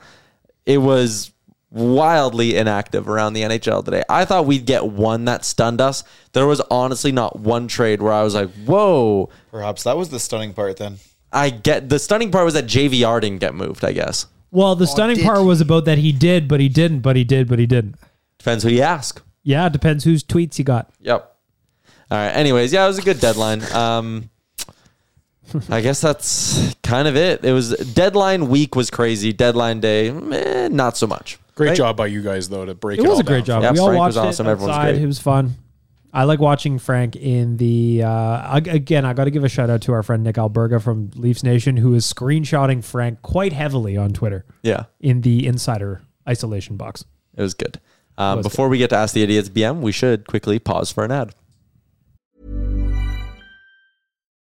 Speaker 6: it was wildly inactive around the NHL today. I thought we'd get one that stunned us. There was honestly not one trade where I was like, whoa.
Speaker 5: Perhaps that was the stunning part then.
Speaker 6: I get the stunning part was that JVR didn't get moved, I guess.
Speaker 4: Well, the stunning
Speaker 2: did
Speaker 4: part
Speaker 2: he?
Speaker 4: was about that he did, but he didn't, but he did, but he didn't.
Speaker 6: Depends who you ask.
Speaker 4: Yeah, it depends whose tweets he got.
Speaker 6: Yep. All right. Anyways, yeah, it was a good deadline. Um, I guess that's kind of it. It was deadline week was crazy. Deadline day, eh, not so much.
Speaker 3: Great
Speaker 6: Right?
Speaker 3: job by you guys though to break
Speaker 4: It
Speaker 3: it,
Speaker 4: was
Speaker 3: all
Speaker 4: a great
Speaker 3: down.
Speaker 4: job.
Speaker 6: Yeah,
Speaker 4: we all
Speaker 6: Frank was
Speaker 4: watched
Speaker 6: awesome.
Speaker 4: it
Speaker 6: Everyone's
Speaker 4: outside.
Speaker 6: great.
Speaker 4: It was fun. I like watching Frank in the. Uh, ag- again, I got to give a shout out to our friend Nick Alberga from Leafs Nation, who is screenshotting Frank quite heavily on Twitter
Speaker 6: Yeah,
Speaker 4: in the insider isolation box.
Speaker 6: it was good. Um, before we get to ask the idiots BM, we should quickly pause for an ad.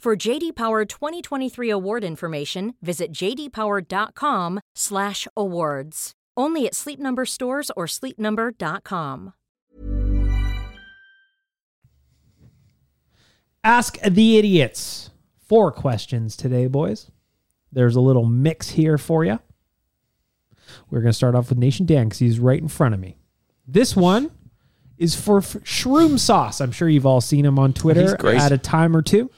Speaker 7: For JD Power 2023 award information, visit jdpower.com/awards. Only at Sleep Number stores or sleepnumber.com.
Speaker 4: Ask the idiots. Four questions today, boys. There's a little mix here for you. We're going to start off with Nation Dan because he's right in front of me. This one is for F- Shroom Sauce. I'm sure you've all seen him on Twitter
Speaker 6: great.
Speaker 4: at a time or two.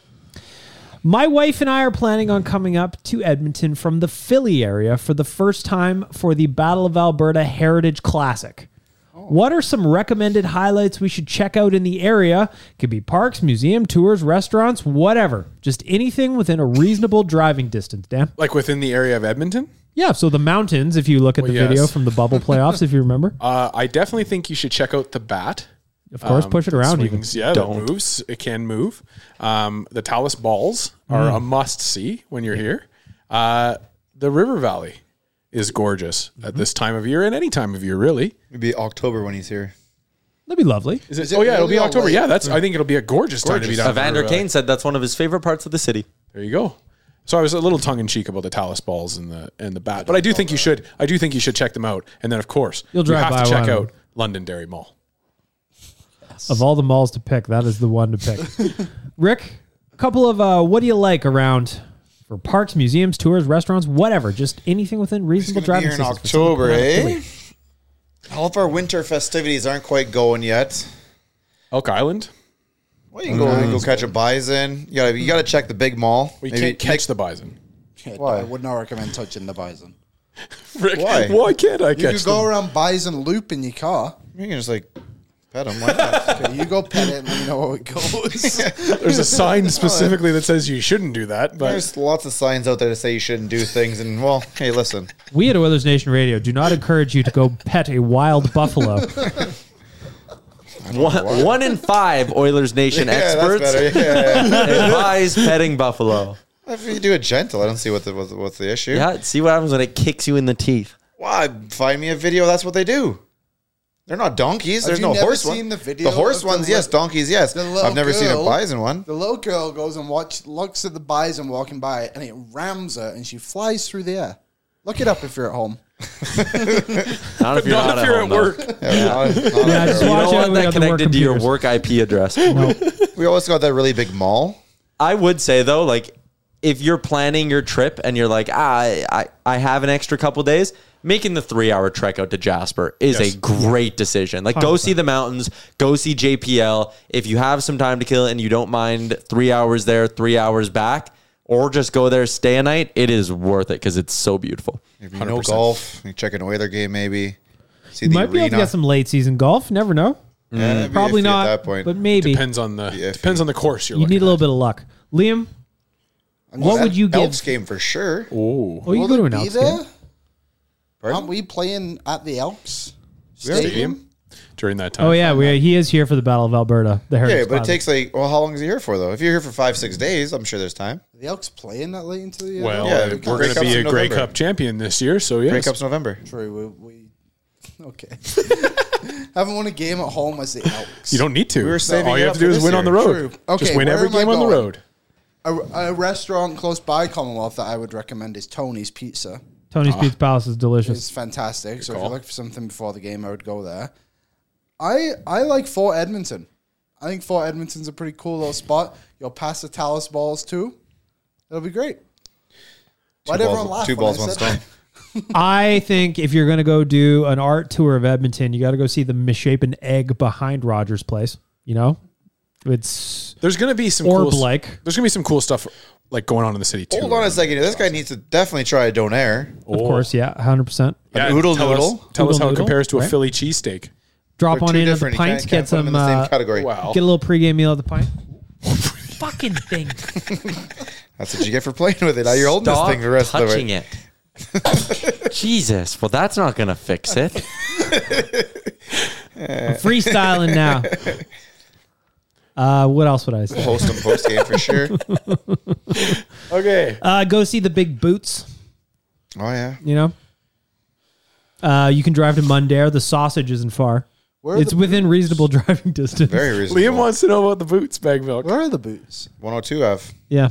Speaker 4: My wife and I are planning on coming up to Edmonton from the Philly area for the first time for the Battle of Alberta Heritage Classic. What are some recommended highlights we should check out in the area? Could be parks, museum tours, restaurants, whatever. Just anything within a reasonable driving distance, Dan.
Speaker 3: Like within the area of Edmonton?
Speaker 4: Yeah, so the mountains, if you look at
Speaker 3: Well,
Speaker 4: the video
Speaker 3: yes.
Speaker 4: from the bubble playoffs, if you remember.
Speaker 3: Uh, I definitely think you should check out the bat. Um,
Speaker 4: Of course, push it around even.
Speaker 3: Swings, yeah, that moves. It can move. Um, the Talus balls are
Speaker 4: Mm.
Speaker 3: a must see when you're here. Uh, the River Valley is gorgeous
Speaker 4: Mm-hmm.
Speaker 3: at this time of year and any time of year, really.
Speaker 5: Maybe October when he's here.
Speaker 4: That'd be lovely.
Speaker 3: Is it,
Speaker 2: it
Speaker 3: oh yeah, it'll be
Speaker 2: really all
Speaker 3: October.
Speaker 2: white?
Speaker 3: Yeah, that's. I think it'll be a gorgeous, time to be
Speaker 5: Gorgeous.
Speaker 3: down. at the
Speaker 6: Evander
Speaker 3: River Valley.
Speaker 6: Kane said that's one of his favorite parts of the city.
Speaker 3: There you go. So I was a little tongue in cheek about the Talus balls and the and the bat, but I do think you should. I do think you should check them out. And then of course
Speaker 4: You'll
Speaker 3: you
Speaker 4: drive
Speaker 3: have
Speaker 4: by
Speaker 3: to check
Speaker 4: one.
Speaker 3: out Londonderry Mall.
Speaker 4: Of all the malls to pick, that is the one to pick. Rick, a couple of uh, what do you like around for parks, museums, tours, restaurants, whatever. Just anything within reasonable
Speaker 5: He's gonna be
Speaker 4: driving
Speaker 5: here in
Speaker 4: distance.
Speaker 5: October, eh? All of our winter festivities aren't quite going yet.
Speaker 3: Elk Island. Mm.
Speaker 5: Well, you can go, you go catch a bison. You gotta, you gotta check the big mall.
Speaker 3: We
Speaker 5: Maybe
Speaker 3: can't catch
Speaker 5: next-
Speaker 3: the bison.
Speaker 2: Kid,
Speaker 5: Why?
Speaker 2: I would not recommend touching the bison.
Speaker 3: Rick,
Speaker 5: Why?
Speaker 3: Why can't I
Speaker 2: You
Speaker 3: catch
Speaker 2: could go
Speaker 3: them?
Speaker 2: around bison loop in your car.
Speaker 5: You can just like pet him. Like that.
Speaker 2: Okay, you go pet it and let me know how it goes.
Speaker 3: There's a sign specifically that says you shouldn't do that, but
Speaker 5: There's lots of signs out there that say you shouldn't do things. And well, hey, listen,
Speaker 4: We at Oilers Nation Radio do not encourage you to go pet a wild buffalo.
Speaker 6: One, one in five Oilers Nation
Speaker 5: yeah,
Speaker 6: experts
Speaker 5: that's better. Yeah, yeah, yeah.
Speaker 6: advise petting buffalo.
Speaker 5: if you do it gentle, I don't see what the what's, what's the issue.
Speaker 6: Yeah, see what happens when it kicks you in the teeth.
Speaker 5: Why? Find me a video. That's what they do. They're not donkeys. There's
Speaker 2: you
Speaker 5: no
Speaker 2: never
Speaker 5: horse one.
Speaker 2: seen the video
Speaker 5: the horse
Speaker 2: of the
Speaker 5: ones,
Speaker 2: li-
Speaker 5: yes. Donkeys, yes.
Speaker 2: the little
Speaker 5: I've never seen a
Speaker 2: girl-
Speaker 5: bison one.
Speaker 2: The little girl goes and watch looks at the bison walking by and it rams her and she flies through the air. Look it up if you're at home.
Speaker 6: Not if you're
Speaker 3: not
Speaker 6: not
Speaker 3: if
Speaker 6: at
Speaker 3: you're at
Speaker 6: home, though.
Speaker 3: work.
Speaker 5: Yeah, not- not
Speaker 4: Yeah,
Speaker 5: a
Speaker 4: just
Speaker 5: girl.
Speaker 6: You don't
Speaker 4: watch it
Speaker 6: want that
Speaker 4: when we got the work
Speaker 6: connected to your
Speaker 4: computers.
Speaker 6: work IP address.
Speaker 5: we always got that really big mall.
Speaker 6: I would say though, like if you're planning your trip and you're like, ah, I, I, I have an extra couple days, making the three hour trek out to Jasper is
Speaker 3: Yes.
Speaker 6: a great decision. Like go see the mountains, go see JPL. If you have some time to kill and you don't mind three hours there, three hours back, or just go there, stay a night, it is worth it because it's so beautiful.
Speaker 5: If you know golf, you check an Oiler game maybe. See the
Speaker 4: might be able to
Speaker 5: arena. Mm.
Speaker 4: get some late season golf. Never know.
Speaker 5: Yeah, maybe if
Speaker 4: Probably
Speaker 5: you-
Speaker 4: not.
Speaker 5: At that point,
Speaker 4: But maybe
Speaker 3: Depends on the
Speaker 5: Yeah, if
Speaker 3: depends on the course you're
Speaker 4: you
Speaker 3: looking
Speaker 4: need a little bit of luck. Liam, what would you
Speaker 5: Elks
Speaker 4: give?
Speaker 5: game for sure.
Speaker 4: Oh, you
Speaker 2: Will
Speaker 4: go to
Speaker 2: it
Speaker 4: an
Speaker 2: be
Speaker 4: Elks
Speaker 2: there?
Speaker 4: game.
Speaker 2: Aren't we playing at the Elks
Speaker 3: at. Stadium during that time.
Speaker 4: Oh yeah, we, he is here for the Battle of Alberta. The Heritage
Speaker 5: Yeah, but it
Speaker 4: Classic.
Speaker 5: takes like well, how long is he here for though? If you're here for five, six days, I'm sure there's time.
Speaker 2: Are the Elks playing that late into the year?
Speaker 3: Well,
Speaker 5: Yeah,
Speaker 3: uh,
Speaker 5: the Grey
Speaker 3: we're going to
Speaker 5: Cup's
Speaker 3: be a
Speaker 5: in
Speaker 3: Grey
Speaker 5: November.
Speaker 3: Cup champion this year, so yes.
Speaker 5: Breakup's November.
Speaker 2: True. We, we okay. Haven't won a game at home as the Elks.
Speaker 3: You don't need to.
Speaker 5: were saving
Speaker 3: All you
Speaker 5: it
Speaker 3: have
Speaker 5: up
Speaker 3: to do
Speaker 5: for
Speaker 3: is
Speaker 5: this
Speaker 3: win on the
Speaker 5: year.
Speaker 3: road.
Speaker 2: True.
Speaker 3: Just
Speaker 2: Okay,
Speaker 3: win
Speaker 2: where
Speaker 3: every
Speaker 2: am I
Speaker 3: game on the
Speaker 2: going?
Speaker 3: road.
Speaker 2: A, a restaurant close by Commonwealth that I would recommend is Tony's Pizza.
Speaker 4: Tony's Pizza Palace is delicious.
Speaker 2: It's fantastic. So if
Speaker 3: Ah. call.
Speaker 2: you're looking for something before the game, I would go there. I I like Fort Edmonton. I think Fort Edmonton's a pretty cool little spot. You'll pass the Talus balls too. It'll be great. Why
Speaker 5: Two
Speaker 2: did everyone
Speaker 5: balls,
Speaker 2: laugh
Speaker 5: two
Speaker 2: when I
Speaker 5: balls one
Speaker 2: said
Speaker 5: stone.
Speaker 2: that?
Speaker 4: I think if you're going to go do an art tour of Edmonton, you got to go see the misshapen egg behind Rogers Place. You know, it's
Speaker 3: There's going to be some
Speaker 4: Or
Speaker 3: cool s-
Speaker 4: Blake.
Speaker 3: There's going to be some cool stuff like going on in the city too.
Speaker 5: Hold on a second. here. This guy needs to definitely try a donair.
Speaker 4: of course, yeah, hundred percent.
Speaker 3: Yeah,
Speaker 5: An oodle
Speaker 3: tell Us,
Speaker 5: noodle?
Speaker 3: tell us
Speaker 4: Oodle
Speaker 3: how it
Speaker 4: noodle,
Speaker 3: compares to a
Speaker 4: right?
Speaker 3: Philly cheesesteak.
Speaker 4: Drop
Speaker 5: They're
Speaker 4: on
Speaker 5: two
Speaker 4: in at the
Speaker 5: different. You can't-
Speaker 4: pints,
Speaker 5: can't
Speaker 4: get
Speaker 5: put them
Speaker 4: some,
Speaker 5: in the
Speaker 4: uh,
Speaker 5: same category.
Speaker 3: Wow.
Speaker 4: get a little pregame meal at the pint. Fucking thing.
Speaker 5: That's what you get for playing with it. Now you're holding this
Speaker 6: Stop
Speaker 5: thing the rest of the
Speaker 6: touching
Speaker 5: way.
Speaker 6: it. Jesus, well, that's not going to fix it.
Speaker 5: Eh.
Speaker 4: I'm freestyling now. Uh, what else would I say?
Speaker 5: Post him post game for sure. Oh
Speaker 3: Okay.
Speaker 4: Uh, go see the big boots.
Speaker 5: Oh, yeah.
Speaker 4: You know, uh, you can drive to Mundare. The sausage isn't far.
Speaker 2: Where are
Speaker 4: it's
Speaker 2: the
Speaker 4: within reasonable driving distance.
Speaker 5: Very reasonable.
Speaker 3: Liam wants to know about the boots, bag milk.
Speaker 2: Where are the boots?
Speaker 5: 102 Ave.
Speaker 4: yeah.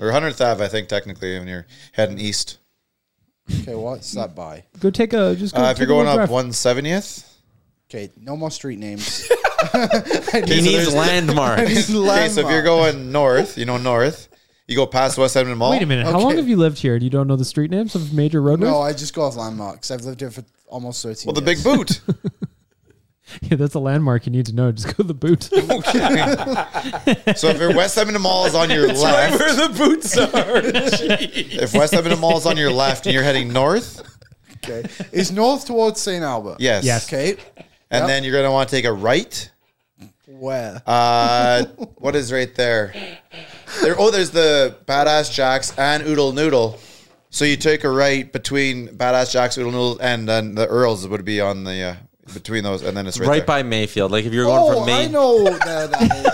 Speaker 5: Or 100th Ave, I think, technically, when you're heading east.
Speaker 2: Okay, what's that by?
Speaker 4: Go take a just. Go
Speaker 5: Uh, if
Speaker 4: take
Speaker 5: you're
Speaker 4: a little
Speaker 5: going up
Speaker 4: drive.
Speaker 5: 170th,
Speaker 2: Okay, no more street names.
Speaker 6: He needs landmarks.
Speaker 5: okay, so if you're going north, you know, north, you go past West Edmonton Mall.
Speaker 4: Wait a minute. How long
Speaker 2: Okay.
Speaker 4: have you lived here? and you don't know the street names of major roadways?
Speaker 2: No, I just go off landmarks. I've lived here for almost 13
Speaker 5: Well, the
Speaker 2: years.
Speaker 5: big boot.
Speaker 4: Yeah, that's a landmark you need to know. Just go to the boot.
Speaker 5: so if your West Edmonton Mall is on your left,
Speaker 3: Where the boots are.
Speaker 5: if West Edmonton Mall is on your left and you're heading north,
Speaker 2: Okay. Is north towards St. Albert?
Speaker 5: yes.
Speaker 4: Yes.
Speaker 2: Okay.
Speaker 5: and then you're gonna want to take a right.
Speaker 2: Where?
Speaker 5: Uh, what is right there? There. Oh, there's the Badass Jacks and Oodle Noodle. So you take a right between Badass Jacks, Oodle Noodle, and then the Earls would be on the uh, between those, and then it's right,
Speaker 6: Right
Speaker 5: there.
Speaker 6: by Mayfield. Like if you're going
Speaker 2: oh,
Speaker 6: from Maine.
Speaker 2: I know there that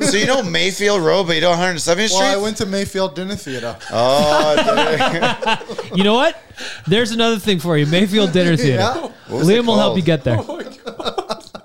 Speaker 2: is.
Speaker 5: So you know Mayfield Road, but you know 170th Street. Ah, Oh,
Speaker 2: Well, I went to Mayfield Dinner Theater.
Speaker 4: You know what? There's another thing for you. Mayfield Dinner Theater.
Speaker 5: was it
Speaker 4: Liam will help
Speaker 5: called?
Speaker 4: you get there.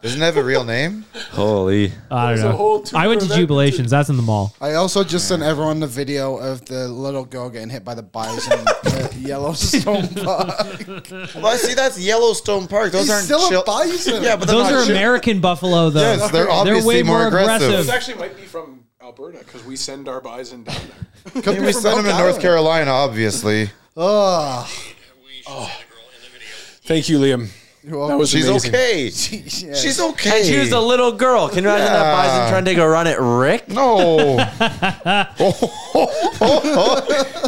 Speaker 5: Doesn't it have a real name?
Speaker 6: Holy.
Speaker 4: I don't
Speaker 8: a whole
Speaker 4: know.
Speaker 8: tour
Speaker 4: I went to
Speaker 8: of that
Speaker 4: Jubilations. That's in the mall.
Speaker 2: I also just sent everyone the video of the little girl getting hit by the bison at Yellowstone Park.
Speaker 5: Well, I see that's Yellowstone Park. Those
Speaker 2: He's
Speaker 5: aren't
Speaker 2: still
Speaker 5: chil-
Speaker 2: a bison.
Speaker 5: Yeah, but they're
Speaker 4: Those
Speaker 5: not
Speaker 4: are
Speaker 5: chil-
Speaker 4: American buffalo, though.
Speaker 5: Yes, they're obviously
Speaker 4: way
Speaker 5: more
Speaker 4: more
Speaker 5: aggressive.
Speaker 4: aggressive.
Speaker 3: This actually might be from Alberta because we send our bison down there.
Speaker 2: Could
Speaker 5: We sent them to North Carolina, obviously.
Speaker 2: Oh,
Speaker 3: Thank you, Liam. That was
Speaker 5: She's
Speaker 3: amazing.
Speaker 5: okay.
Speaker 2: yeah.
Speaker 5: She's okay.
Speaker 6: She was a little girl. Can you imagine that bison trying to take a run at Rick?
Speaker 5: no.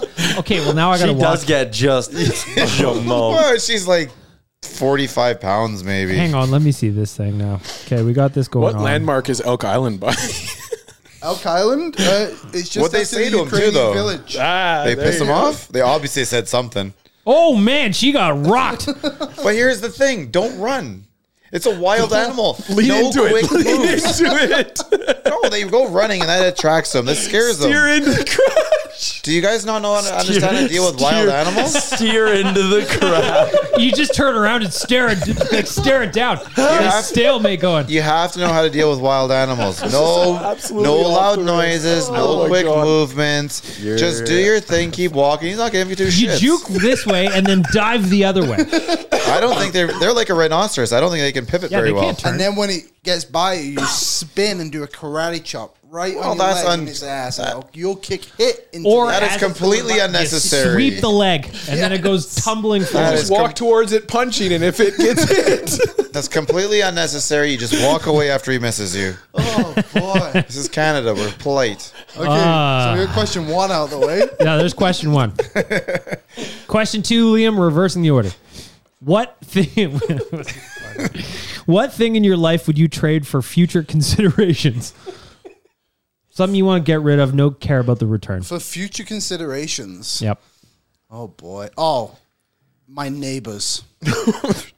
Speaker 4: Okay, well now I gotta
Speaker 6: She
Speaker 4: watch.
Speaker 6: does get just jamon.
Speaker 5: Well, she's like 45 pounds, maybe.
Speaker 4: Hang on, let me see this thing now. Okay, we got this going
Speaker 3: What
Speaker 4: on.
Speaker 3: landmark is Elk Island by?
Speaker 2: Elk Island. Uh, it's just
Speaker 5: What'd they
Speaker 2: next to
Speaker 5: say
Speaker 2: the
Speaker 5: to him, too,
Speaker 2: Ukrainian
Speaker 5: though?
Speaker 2: Village.
Speaker 3: ah,
Speaker 5: They pissed him off? They obviously said something.
Speaker 4: Oh man, she got rocked.
Speaker 5: But here's the thing don't run. It's a wild animal.
Speaker 3: Lean
Speaker 5: no
Speaker 3: into
Speaker 5: quick
Speaker 3: it. Lean
Speaker 5: moves.
Speaker 3: into it.
Speaker 5: No, they go running and that attracts them. That scares
Speaker 3: Steer
Speaker 5: them.
Speaker 3: into the crash.
Speaker 5: Do you guys not know how to understand and deal with wild animals?
Speaker 6: Steer into the crowd.
Speaker 4: you just turn around and stare at like, stare it down.
Speaker 5: have
Speaker 4: There's
Speaker 5: to-
Speaker 4: stalemate going.
Speaker 5: You have to know how to deal with wild animals. No,
Speaker 3: absolutely
Speaker 5: no loud
Speaker 3: off the rails. Oh
Speaker 5: noises,
Speaker 3: my
Speaker 5: no quick
Speaker 3: God.
Speaker 5: movements. Just do your thing. Keep walking. He's not giving you two
Speaker 4: You
Speaker 5: shits.
Speaker 4: juke this way and then dive the other way.
Speaker 5: I don't think they're they're like a rhinoceros. I don't think they can pivot
Speaker 4: Yeah,
Speaker 5: very
Speaker 4: they
Speaker 5: well.
Speaker 4: can't turn.
Speaker 2: And then when it gets by you, you spin and do a karate chop right
Speaker 5: Well,
Speaker 2: on your
Speaker 5: that's
Speaker 2: leg
Speaker 5: un-
Speaker 2: in his ass. and you'll kick hit into
Speaker 4: Or
Speaker 2: the-
Speaker 5: That is
Speaker 4: As-
Speaker 5: completely unnecessary.
Speaker 4: Sweep the leg, and then it goes tumbling
Speaker 5: That
Speaker 4: forward.
Speaker 5: is
Speaker 3: Just walk towards it, punching, and if it gets hit,
Speaker 5: That's completely unnecessary. You just walk away after he misses you.
Speaker 2: Oh boy.
Speaker 5: This is Canada. We're polite.
Speaker 2: Okay,
Speaker 4: Ah.
Speaker 2: so we got question one out of the way.
Speaker 4: Yeah, there's question one. question two, Liam, reversing the order. What thing? what thing in your life would you trade for future considerations? Something you want to get rid of, no care about the return.
Speaker 2: For future considerations.
Speaker 4: Yep.
Speaker 2: Oh boy. Oh, my neighbors.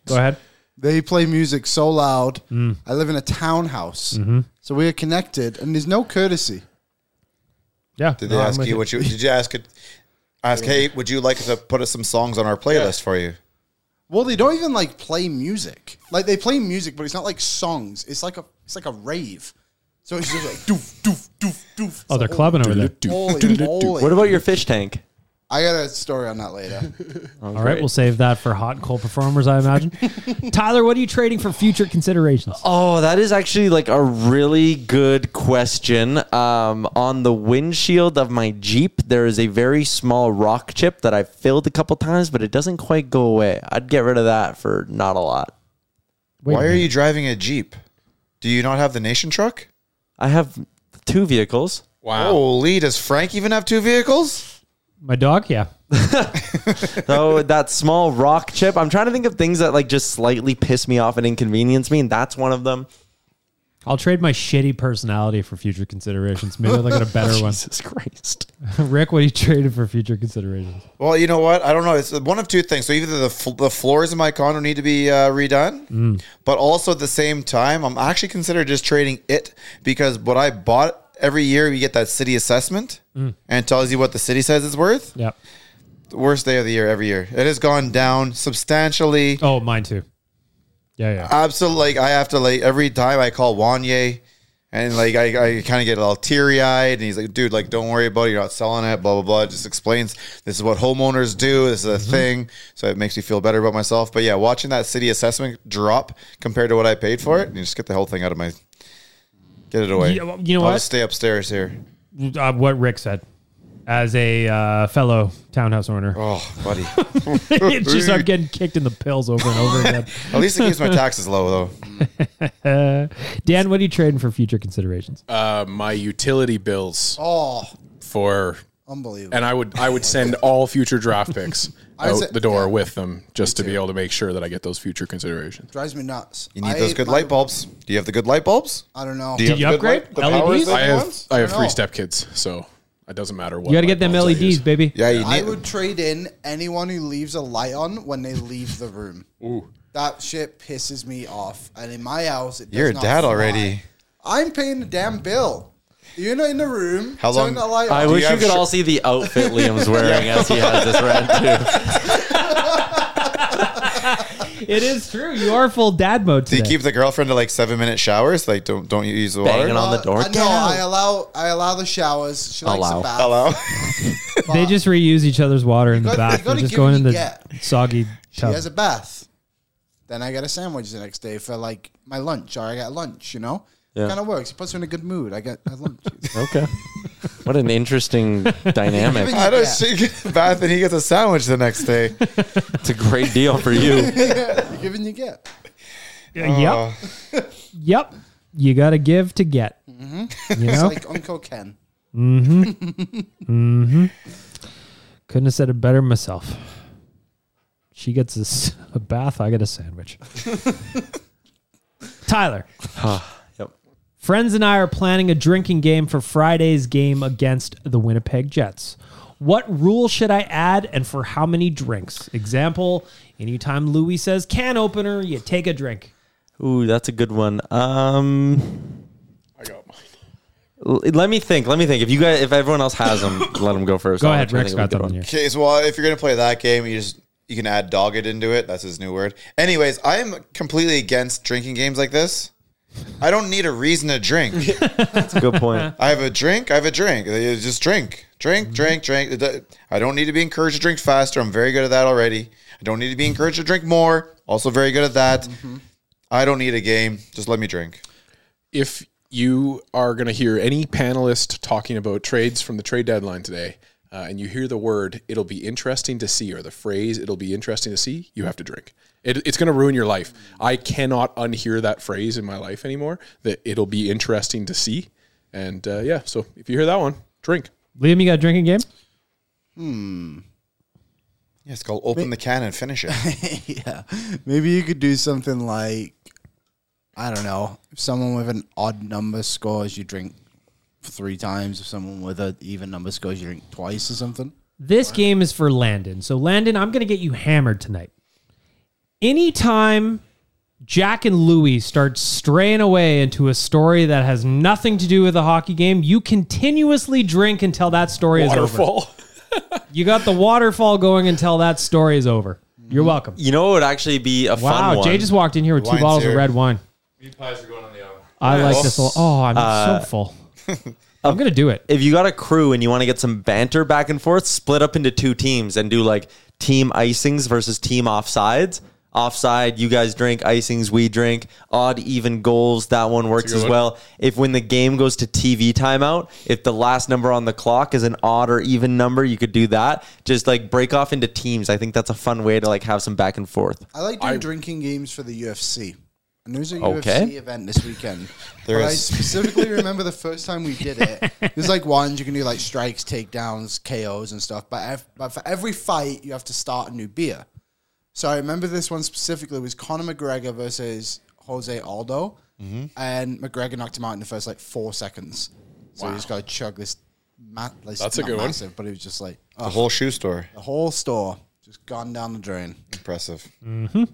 Speaker 4: Go ahead. Mm.
Speaker 2: They play music so loud. I live in a townhouse,
Speaker 4: Mm-hmm.
Speaker 2: so we are connected, and there's no courtesy.
Speaker 4: Yeah.
Speaker 5: Did they ask you what you did? You ask it. Ask, hey, would you like to put us some songs on our playlist for you?
Speaker 2: Well, they don't even like play music. Like they play music, but it's not like songs. It's like a it's like a rave. So it's just like doof doof doof doof.
Speaker 4: Oh, they're clubbing over there.
Speaker 2: Holy moly!
Speaker 6: What about your fish tank?
Speaker 2: I got a story on that later.
Speaker 4: All right, we'll save that for hot and cold performers, I imagine. Tyler, what are you trading for future considerations?
Speaker 6: Oh, that is actually like a really good question. Um, on the windshield of my Jeep, there is a very small rock chip that I've filled a couple times, but it doesn't quite go away. I'd get rid of that for not a lot.
Speaker 4: Wait a
Speaker 5: Why are
Speaker 4: minute.
Speaker 5: you driving a jeep? Do you not have the nation truck?
Speaker 6: I have two vehicles.
Speaker 5: Holy, does Frank even have two vehicles?
Speaker 4: My dog? Yeah.
Speaker 6: So that small rock chip, I'm trying to think of things that like just slightly piss me off and inconvenience me, and that's one of them.
Speaker 4: I'll trade my shitty personality for future considerations. Maybe I'll get a better one.
Speaker 6: Jesus Christ.
Speaker 4: Rick, what are you trading for future considerations?
Speaker 5: Well, you know what? I don't know. It's one of two things. So either the fl- the floors in my condo need to be uh, redone, but also at the same time, I'm actually considering just trading it because what I bought every year, you get that city assessment and it tells you what the city says it's worth.
Speaker 4: Yep.
Speaker 5: The worst day of the year every year. It has gone down substantially.
Speaker 4: Oh, mine too. Yeah, yeah.
Speaker 5: Absolutely. Like I have to like every time I call Wanye. And like I, I kind of get all teary eyed, and he's like, "Dude, like, don't worry about it. You're not selling it. Blah blah blah." It just explains this is what homeowners do. This is
Speaker 4: Mm-hmm.
Speaker 5: a thing, so it makes me feel better about myself. But yeah, watching that city assessment drop compared to what I paid for it, and you just get the whole thing out of my, get it away.
Speaker 4: You know- you know
Speaker 5: I'll
Speaker 4: what?
Speaker 5: just stay upstairs here.
Speaker 4: Uh, what Rick said as a uh, fellow townhouse owner.
Speaker 5: Oh, buddy.
Speaker 4: it's just I'm getting kicked in the pills over and over again.
Speaker 5: At least it keeps my taxes low, though.
Speaker 4: Dan, what are you trading for future considerations?
Speaker 3: uh, my utility bills
Speaker 2: Oh,
Speaker 3: for
Speaker 2: Unbelievable.
Speaker 3: and I would I would send all future draft picks
Speaker 2: I would
Speaker 3: out
Speaker 2: say-
Speaker 3: the door
Speaker 2: yeah.
Speaker 3: with them just to be able to make sure that I get those future considerations.
Speaker 2: Drives me nuts.
Speaker 5: You need
Speaker 2: I-
Speaker 5: those good
Speaker 2: my-
Speaker 5: light bulbs. Do you have the good light bulbs?
Speaker 2: I don't know.
Speaker 5: Do
Speaker 4: Did you
Speaker 5: have the good
Speaker 4: upgrade? E
Speaker 5: powers
Speaker 4: LEDs?
Speaker 5: that
Speaker 3: I
Speaker 5: you
Speaker 3: have
Speaker 5: want?
Speaker 3: I have
Speaker 2: don't
Speaker 3: three
Speaker 2: know.
Speaker 3: step kids, so it doesn't matter what.
Speaker 4: You got to
Speaker 3: light
Speaker 4: get them E
Speaker 3: bulbs I use.
Speaker 4: LEDs, baby.
Speaker 5: Yeah, you need.
Speaker 2: I would trade in anyone who leaves a light on when they leave the room. That shit pisses me off. And in my house, it does
Speaker 5: You're a
Speaker 2: not
Speaker 5: dad
Speaker 2: fly.
Speaker 5: already.
Speaker 2: I'm paying the damn bill. You're not in the room.
Speaker 5: How long-
Speaker 2: Turn the light
Speaker 6: I
Speaker 2: on.
Speaker 6: wish you,
Speaker 5: have
Speaker 6: could
Speaker 5: shir-
Speaker 6: all see the outfit Liam's wearing as he has this rant too.
Speaker 4: It is true. You are full dad mode
Speaker 5: Do
Speaker 4: today.
Speaker 5: you keep the girlfriend to like seven minute showers? Like, don't don't you use the water?
Speaker 6: Banging on the door.
Speaker 2: Uh, no, I allow I allow the showers. She likes
Speaker 6: Allow.
Speaker 2: a bath.
Speaker 5: Hello.
Speaker 4: they just reuse each other's water in the
Speaker 2: gotta-
Speaker 4: bath.
Speaker 2: you
Speaker 4: They're
Speaker 2: gotta
Speaker 4: just
Speaker 2: give
Speaker 4: going in
Speaker 2: and
Speaker 4: the
Speaker 2: get.
Speaker 4: soggy
Speaker 2: She
Speaker 4: tub.
Speaker 2: has a bath. Then I get a sandwich the next day for like my lunch, or I get lunch. You know,
Speaker 6: Yeah.
Speaker 2: it kind of works. It puts her in a good mood. I get a lunch.
Speaker 6: Okay. What an interesting dynamic.
Speaker 5: I don't
Speaker 2: Yeah.
Speaker 5: she get a bath and he gets a sandwich the next day.
Speaker 6: It's a great deal for you.
Speaker 2: you give and you get.
Speaker 4: yep.
Speaker 5: Uh,
Speaker 4: Yep. You got to give to get. You know?
Speaker 2: Mm-hmm.
Speaker 4: Mm-hmm.
Speaker 2: Like Uncle Ken.
Speaker 4: Couldn't have said it better myself. She gets a, s- a bath. I get a sandwich. Tyler.
Speaker 6: yep.
Speaker 4: Friends and I are planning a drinking game for Friday's game against the Winnipeg Jets. What rule should I add and for how many drinks? Example, anytime Louis says can opener, you take a drink.
Speaker 6: Ooh, that's a good one. Um,
Speaker 3: I got mine.
Speaker 6: l- let me think. Let me think. If you guys, if everyone else has them, let them go first.
Speaker 4: Go
Speaker 6: I'll
Speaker 4: ahead,
Speaker 6: try to
Speaker 4: Rick's
Speaker 6: think of
Speaker 4: got
Speaker 6: a good
Speaker 4: that on you.
Speaker 5: Okay, so well, if you're gonna play that game, you just you can add dogged into it. That's his new word. Anyways, I am completely against drinking games like this. I don't need a reason to drink.
Speaker 6: That's a good point.
Speaker 5: I have a drink. I have a drink. You Just drink,
Speaker 4: Mm-hmm.
Speaker 5: drink, drink, drink. It do- I don't need to be encouraged to drink faster. I'm very good at that already. I don't need to be encouraged to drink more. Also very good at that.
Speaker 4: Mm-hmm.
Speaker 5: I don't need a game. Just let me drink.
Speaker 3: if you are going to hear any panelist talking about trades from the trade deadline today, uh, and you hear the word "it'll be interesting to see" or the phrase "it'll be interesting to see," you have to drink. It, it's going to ruin your life. I cannot unhear that phrase in my life anymore. That it'll be interesting to see, and uh, yeah. So if you hear that one, drink.
Speaker 4: Liam, you got a drinking game?
Speaker 5: Yeah, it's called open the can and finish it.
Speaker 2: yeah. Maybe you could do something like I don't know. If someone with an odd number scores, you drink three times. If someone with an even number scores, you drink twice or something.
Speaker 4: This game is for Landon. So, Landon, I'm going to get you hammered tonight. Anytime Jack and Louie start straying away into a story that has nothing to do with a hockey game, you continuously drink until that story is over.
Speaker 3: Waterfall.
Speaker 4: You got the waterfall going until that story is over. You're welcome.
Speaker 6: You know, it would actually be a Mm-hmm. fun
Speaker 4: Wow,
Speaker 6: one.
Speaker 4: Jay just walked in here with two
Speaker 5: Wine's
Speaker 4: bottles of
Speaker 5: here.
Speaker 4: red wine. I like this. A lot. Oh, I'm so full. I'm gonna do it.
Speaker 6: if you got a crew and you want to get some banter back and forth, split up into two teams and do like team icings versus team offsides. Offside, you guys drink icings, we drink odd even goals. That one works as well. If when the game goes to TV timeout, if the last number on the clock is an odd or even number, you could do that. Just like break off into teams. I think that's a fun way to like have some back and forth.
Speaker 2: I like doing drinking games for the UFC. And there's a
Speaker 6: Okay.
Speaker 2: UFC event this weekend.
Speaker 5: There
Speaker 2: But I
Speaker 5: is.
Speaker 2: specifically remember the first time we did it. There's like ones you can do like strikes, takedowns, KOs, and stuff. But ev- but for every fight, you have to start a new beer. So I remember this one specifically was Conor McGregor versus Jose Aldo, and McGregor knocked him out in the first like four seconds. So you just got to chug this. Ma- like,
Speaker 3: That's a
Speaker 2: not
Speaker 3: good one.
Speaker 2: massive, But it was just like
Speaker 5: The
Speaker 2: oh,
Speaker 5: whole shoe store.
Speaker 2: the whole store just gone down the drain.
Speaker 5: Impressive.
Speaker 4: Mm-hmm.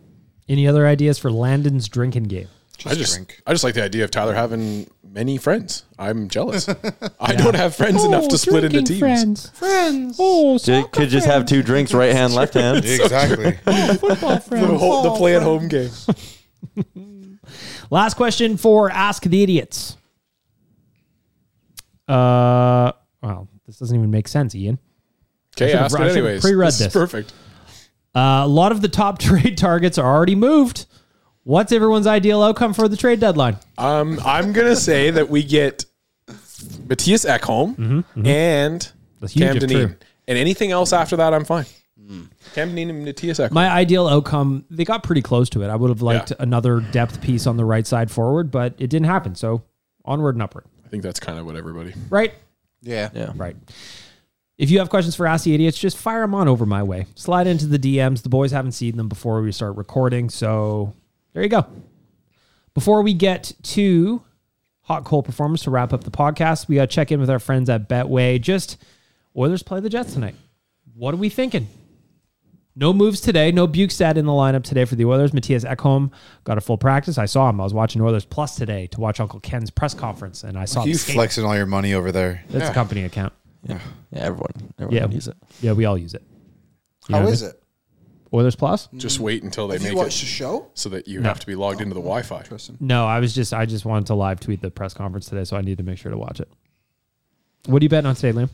Speaker 4: Any other ideas for Landon's drinking game?
Speaker 3: I just
Speaker 5: drink.
Speaker 3: I just like the idea of Tyler having many friends. I'm jealous. I don't have friends enough to split into teams.
Speaker 4: Oh, Friends. Oh,
Speaker 6: Ju- could just have two drinks, right hand, left hand.
Speaker 5: Exactly.
Speaker 4: football
Speaker 3: The,
Speaker 4: friends.
Speaker 3: whole, the play at home game.
Speaker 4: Last question for Ask the Idiots. Uh, well, this doesn't even make sense, Ian.
Speaker 3: Okay,
Speaker 4: should've-
Speaker 3: ask
Speaker 4: I
Speaker 3: it
Speaker 4: should've
Speaker 3: anyways.
Speaker 4: pre-read
Speaker 3: this
Speaker 4: this.
Speaker 3: is perfect.
Speaker 4: Uh, a lot of the top trade targets are already moved. What's everyone's ideal outcome for the trade deadline?
Speaker 3: Um, I'm gonna say that we get Matthias Ekholm
Speaker 4: Mm-hmm,
Speaker 3: and
Speaker 4: That's huge
Speaker 3: Cam
Speaker 4: if
Speaker 3: Dineen.
Speaker 4: true.
Speaker 3: and anything else after that, I'm fine. Cam Dineen and Matthias Ekholm.
Speaker 4: My ideal outcome, they got pretty close to it. I would have liked
Speaker 3: Yeah.
Speaker 4: another depth piece on the right side forward, but it didn't happen. So onward and upward.
Speaker 3: I think that's kind of what everybody.
Speaker 4: Right?
Speaker 2: Yeah.
Speaker 4: Right. If you have questions for Ask the Idiots, just fire them on over my way. Slide into the DMs. The boys haven't seen them before we start recording, so there you go. Before we get to hot cold performance to wrap up the podcast, we got to check in with our friends at Betway. Just Oilers play the Jets tonight. What are we thinking? No moves today. No Bukestad in the lineup today for the Oilers. Matthias Ekholm got a full practice. I saw him. I was watching Oilers Plus today to watch Uncle Ken's press conference, and I saw him
Speaker 5: You
Speaker 4: skate.
Speaker 5: flexing all your money over there.
Speaker 4: That's a company account.
Speaker 6: Yeah, yeah everyone, everyone
Speaker 4: Yeah,
Speaker 6: use it.
Speaker 4: Yeah, we all use it. You know
Speaker 2: How
Speaker 4: what I
Speaker 2: is
Speaker 4: mean?
Speaker 2: it?
Speaker 4: Oilers Plus?
Speaker 3: Just wait until they
Speaker 2: Have you
Speaker 3: make
Speaker 2: watched the
Speaker 3: it
Speaker 2: show?
Speaker 3: so that you have to be logged into the Wi-Fi.
Speaker 4: No, I was just I just wanted to live tweet the press conference today, so I need to make sure to watch it. What are you betting on today, Liam?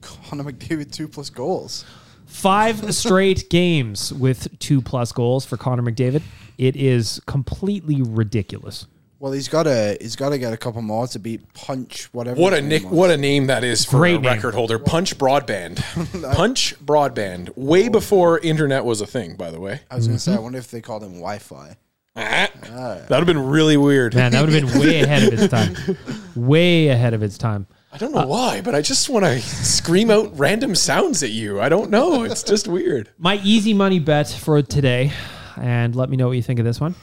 Speaker 2: Connor McDavid two plus goals.
Speaker 4: Five straight games with two plus goals for Connor McDavid. It is completely ridiculous.
Speaker 2: Well, he's got to he's got to get a couple more to beat Punch whatever.
Speaker 3: What a
Speaker 2: his name
Speaker 3: nick!
Speaker 2: was.
Speaker 3: What a name that is for
Speaker 4: Great
Speaker 3: a
Speaker 4: name.
Speaker 3: record holder. Punch Broadband. Punch Broadband. Way before internet was a thing, by the way.
Speaker 2: I was going to
Speaker 6: Mm-hmm.
Speaker 2: say, I wonder if they called him Wi-Fi.
Speaker 3: Uh-huh.
Speaker 2: Uh,
Speaker 3: That'd have been really weird.
Speaker 4: Man, that would have been way ahead of its time. Way ahead of its time.
Speaker 3: I don't know why, but I just want to scream out random sounds at you. I don't know. It's just weird.
Speaker 4: My easy money bet for today, and let me know what you think of this one.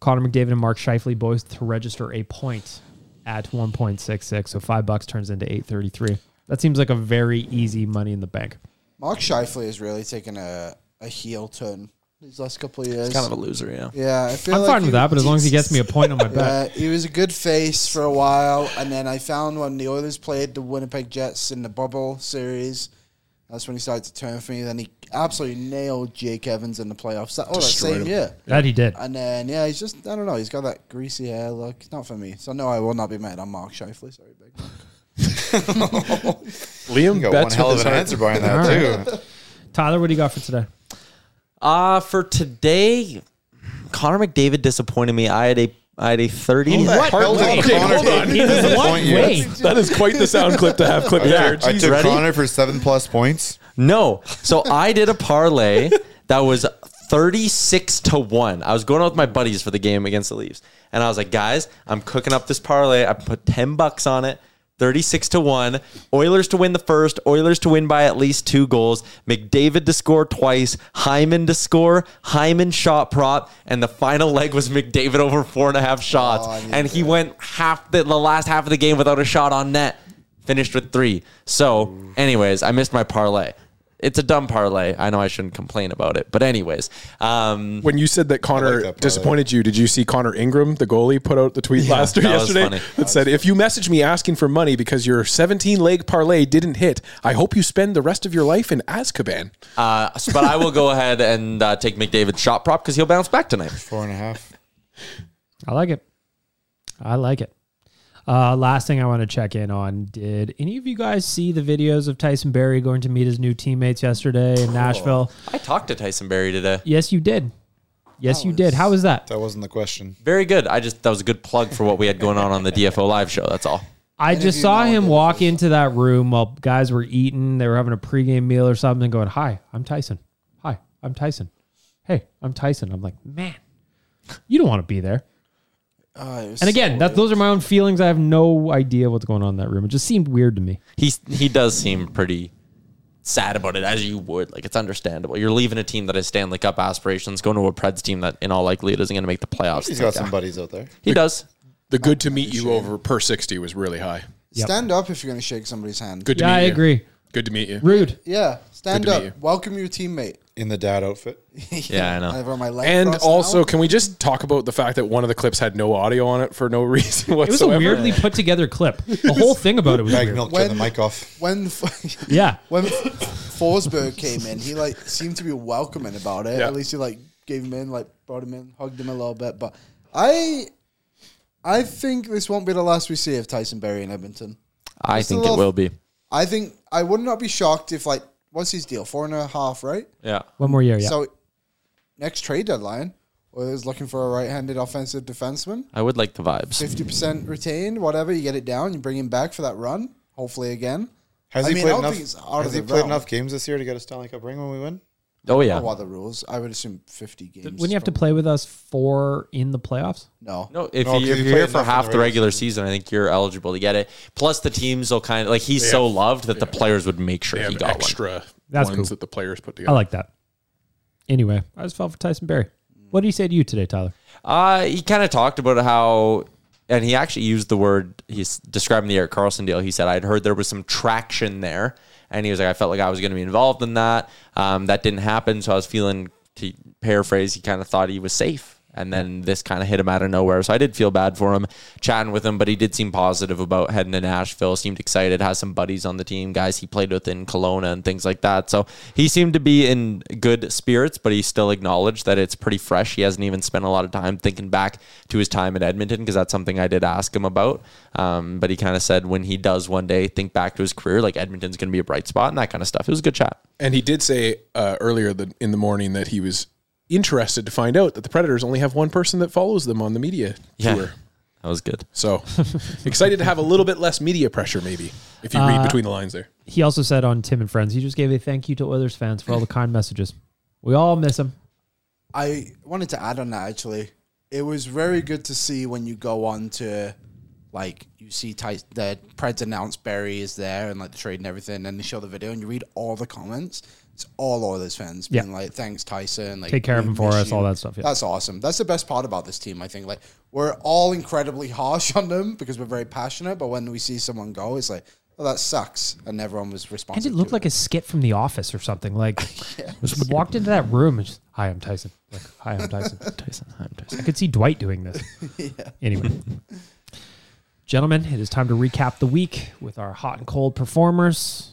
Speaker 4: Connor McDavid and Mark Shifley both to register a point at 1.66. So five bucks turns into 833. That seems like a very easy money in the bank.
Speaker 2: Mark Shifley has really taken a, a heel turn these last couple of years.
Speaker 6: Kind of a loser, yeah.
Speaker 2: yeah, I feel
Speaker 4: I'm
Speaker 2: like
Speaker 4: fine with
Speaker 2: he-
Speaker 4: that, but as long as he gets me a point on my bet.
Speaker 2: Yeah, he was a good face for a while, and then I found when the Oilers played the Winnipeg Jets in the bubble series, that's when he started to turn for me. Then he absolutely nailed Jake Evans in the playoffs. That, oh, that
Speaker 3: Destroyed
Speaker 2: same
Speaker 3: him.
Speaker 2: year.
Speaker 4: That he did.
Speaker 2: And then yeah, he's just I don't know. He's got that greasy hair look. It's Not for me. So no, I will not be mad on Mark Shifley. Sorry, big. Mark.
Speaker 3: Liam
Speaker 5: You got one
Speaker 3: bets
Speaker 5: hell of an
Speaker 3: with his heart.
Speaker 5: answer behind that too.
Speaker 4: Tyler, what do you got for today?
Speaker 6: Uh for today, Connor McDavid disappointed me. I had a I had a thirty.
Speaker 4: In what?
Speaker 5: Hell did
Speaker 3: Okay,
Speaker 5: Connor
Speaker 3: hold
Speaker 5: take
Speaker 3: on.
Speaker 5: to
Speaker 4: In
Speaker 5: disappoint
Speaker 4: what
Speaker 5: you?
Speaker 4: way?
Speaker 3: That is quite the sound clip to have clip there.
Speaker 5: I
Speaker 3: Jeez,
Speaker 5: took
Speaker 6: ready?
Speaker 5: Connor for seven plus points.
Speaker 6: No. So I did a parlay that was 36 to 1. I was going out with my buddies for the game against the Leafs. And I was like, guys, I'm cooking up this parlay. I put 10 bucks on it. 36 to 1. Oilers to win the first. Oilers to win by at least two goals. McDavid to score twice. Hyman to score. Hyman shot prop. And the final leg was McDavid over four and a half shots.
Speaker 5: Oh,
Speaker 6: and he went half the, the last half of the game without a shot on net finished with three. So, anyways, I missed my parlay. It's a dumb parlay. I know I shouldn't complain about it, but anyways, um,
Speaker 3: When you said that Connor
Speaker 5: that part.
Speaker 3: disappointed you, did you see Connor Ingram, the goalie, put out the tweet last or
Speaker 6: that was
Speaker 3: yesterday
Speaker 6: funny.
Speaker 3: that, said, "If you message me asking for money because your 17 leg parlay didn't hit, I hope you spend the rest of your life in Azkaban."
Speaker 6: uh, but I will go ahead and uh, take McDavid's shot prop because he'll bounce back tonight.
Speaker 5: Four and a half.
Speaker 4: I like it. I like it. Uh, last thing I want to check in on: Did any of you guys see the videos of Tyson Berry going to meet his new teammates yesterday
Speaker 2: Oh.
Speaker 4: in Nashville?
Speaker 6: I talked to Tyson Berry today.
Speaker 4: Yes, you did. Yes, you did. How was that?
Speaker 5: That wasn't the question.
Speaker 6: Very good. I just that was a good plug for what we had going on on the DFO live show. That's all.
Speaker 4: I just saw him walk into that room while guys were eating. They were having a pregame meal or something, going, "Hi, I'm Tyson. Hi, I'm Tyson. Hey, I'm Tyson." I'm like, man, you don't want to be there.
Speaker 2: Oh, it was
Speaker 4: And again, that, those are my own feelings. I have no idea what's going on in that room. It just seemed weird to me.
Speaker 6: He he does seem pretty sad about it, as you would. Like it's understandable. You're leaving a team that has Stanley Cup aspirations, going to a Preds team that, in all likelihood, isn't going to make the playoffs. uh,
Speaker 5: He's got some buddies out there.
Speaker 6: He does.
Speaker 3: The good to meet you over per 60 was really high.
Speaker 2: stand up if you're going to shake somebody's hand.
Speaker 3: Good to
Speaker 4: Yeah,
Speaker 3: meet
Speaker 4: I
Speaker 3: you.
Speaker 4: agree.
Speaker 3: Good to meet you.
Speaker 4: Rude.
Speaker 2: Yeah, stand
Speaker 3: Good to
Speaker 2: up.
Speaker 3: meet you.
Speaker 2: Welcome your teammate.
Speaker 5: In the dad outfit.
Speaker 6: Yeah, I know.
Speaker 2: I have on my leg
Speaker 3: And
Speaker 2: crossed
Speaker 3: also,
Speaker 2: out.
Speaker 3: can we just talk about the fact that one of the clips had no audio on it for no reason
Speaker 4: It was a
Speaker 3: whatsoever?
Speaker 4: weirdly put together clip. The whole thing about it was
Speaker 5: Bag
Speaker 4: weird.
Speaker 5: milk
Speaker 2: When-
Speaker 5: turned the mic off.
Speaker 2: when f-
Speaker 4: Yeah.
Speaker 2: when Forsberg came in, he like seemed to be welcoming about it.
Speaker 3: Yeah.
Speaker 2: At least he like gave him in, like brought him in, hugged him a little bit. But I, I think this won't be the last we see of Tyson Berry in Edmonton.
Speaker 6: I
Speaker 2: a
Speaker 6: think it
Speaker 2: little-
Speaker 6: will be.
Speaker 2: I think I would not be shocked if like what's his deal four and a half, right?
Speaker 6: Yeah.
Speaker 4: One more year, yeah.
Speaker 2: So next trade deadline, Oilers looking for a right-handed offensive defenseman.
Speaker 6: I would like the vibes.
Speaker 2: Fifty percent retained, whatever. You get it down, you bring him back for that run. Hopefully again.
Speaker 5: Has
Speaker 2: I
Speaker 5: he
Speaker 2: mean, I
Speaker 5: played
Speaker 2: don't
Speaker 5: enough?
Speaker 2: think it's out of
Speaker 5: Has he
Speaker 2: the
Speaker 5: played
Speaker 2: realm.
Speaker 5: enough games this year to get a Stanley Cup ring when we win?
Speaker 6: Oh yeah.
Speaker 2: What are the rules? I would assume 50 games.
Speaker 4: Wouldn't you have to play with us four in the playoffs?
Speaker 2: No.
Speaker 6: No, if,
Speaker 5: No, 'cause
Speaker 6: you,
Speaker 5: you
Speaker 6: if you're
Speaker 5: play
Speaker 6: here for
Speaker 5: enough in
Speaker 6: half
Speaker 5: the
Speaker 6: the
Speaker 5: regular
Speaker 6: regular season, I think you're eligible to get it. Plus, the teams will kind of like he's so loved that the players would make sure
Speaker 3: They
Speaker 6: he
Speaker 3: have
Speaker 6: got one.
Speaker 3: extra
Speaker 4: That's
Speaker 3: ones
Speaker 4: cool.
Speaker 3: that the players put
Speaker 4: I
Speaker 3: together.
Speaker 4: like that. Anyway, I just fell for Tyson Berry. What did he say to you today, Tyler?
Speaker 6: Uh, he kind of talked about how, and he actually used the word he's describing the Eric Carlson deal. He said, "I'd heard there was some traction there," and he was like, "I felt like I was going to be involved in that. Um, that didn't happen, so I was feeling." To paraphrase, he kind of thought he was safe, and then this kind of hit him out of nowhere. So I did feel bad for him, chatting with him, but he did seem positive about heading to Nashville. Seemed excited, has some buddies on the team, guys he played with in Kelowna and things like that. So he seemed to be in good spirits, but he still acknowledged that it's pretty fresh. He hasn't even spent a lot of time thinking back to his time in Edmonton because that's something I did ask him about. Um, but he kind of said when he does one day think back to his career, like Edmonton's going to be a bright spot and that kind of stuff. It was a good chat.
Speaker 3: And he did say uh, earlier the, in the morning that he was interested to find out that the Predators only have one person that follows them on the media
Speaker 6: Yeah.
Speaker 3: tour.
Speaker 6: That was good.
Speaker 3: So excited to have a little bit less media pressure, maybe, if you
Speaker 6: Uh,
Speaker 3: read between the lines there.
Speaker 4: He also said on Tim and Friends, he just gave a thank you to Oilers fans for all the kind messages. We all miss him.
Speaker 2: I wanted to add on that actually. It was very good to see when you go on to like you see Ty- the Preds announce Barry is there and like the trade and everything, and they show the video and you read all the comments. It's all Oilers fans being
Speaker 4: Yeah.
Speaker 2: like, "Thanks, Tyson. Like,
Speaker 4: Take care of
Speaker 2: we
Speaker 4: him for
Speaker 2: miss
Speaker 4: us," all that stuff, yeah.
Speaker 2: that's awesome. That's the best part about this team. I think like we're all incredibly harsh on them because we're very passionate, but when we see someone go, it's like, "Oh, that sucks," and everyone was
Speaker 4: And
Speaker 2: responsive.
Speaker 4: it looked
Speaker 2: to
Speaker 4: like a skit from The Office or something. Like, just walked into that room and just, hi, I'm Tyson. Like, hi, I'm Tyson. Tyson, hi, I'm Tyson. I could see Dwight doing this. Anyway. Gentlemen, it is time to recap the week with our hot and cold performers.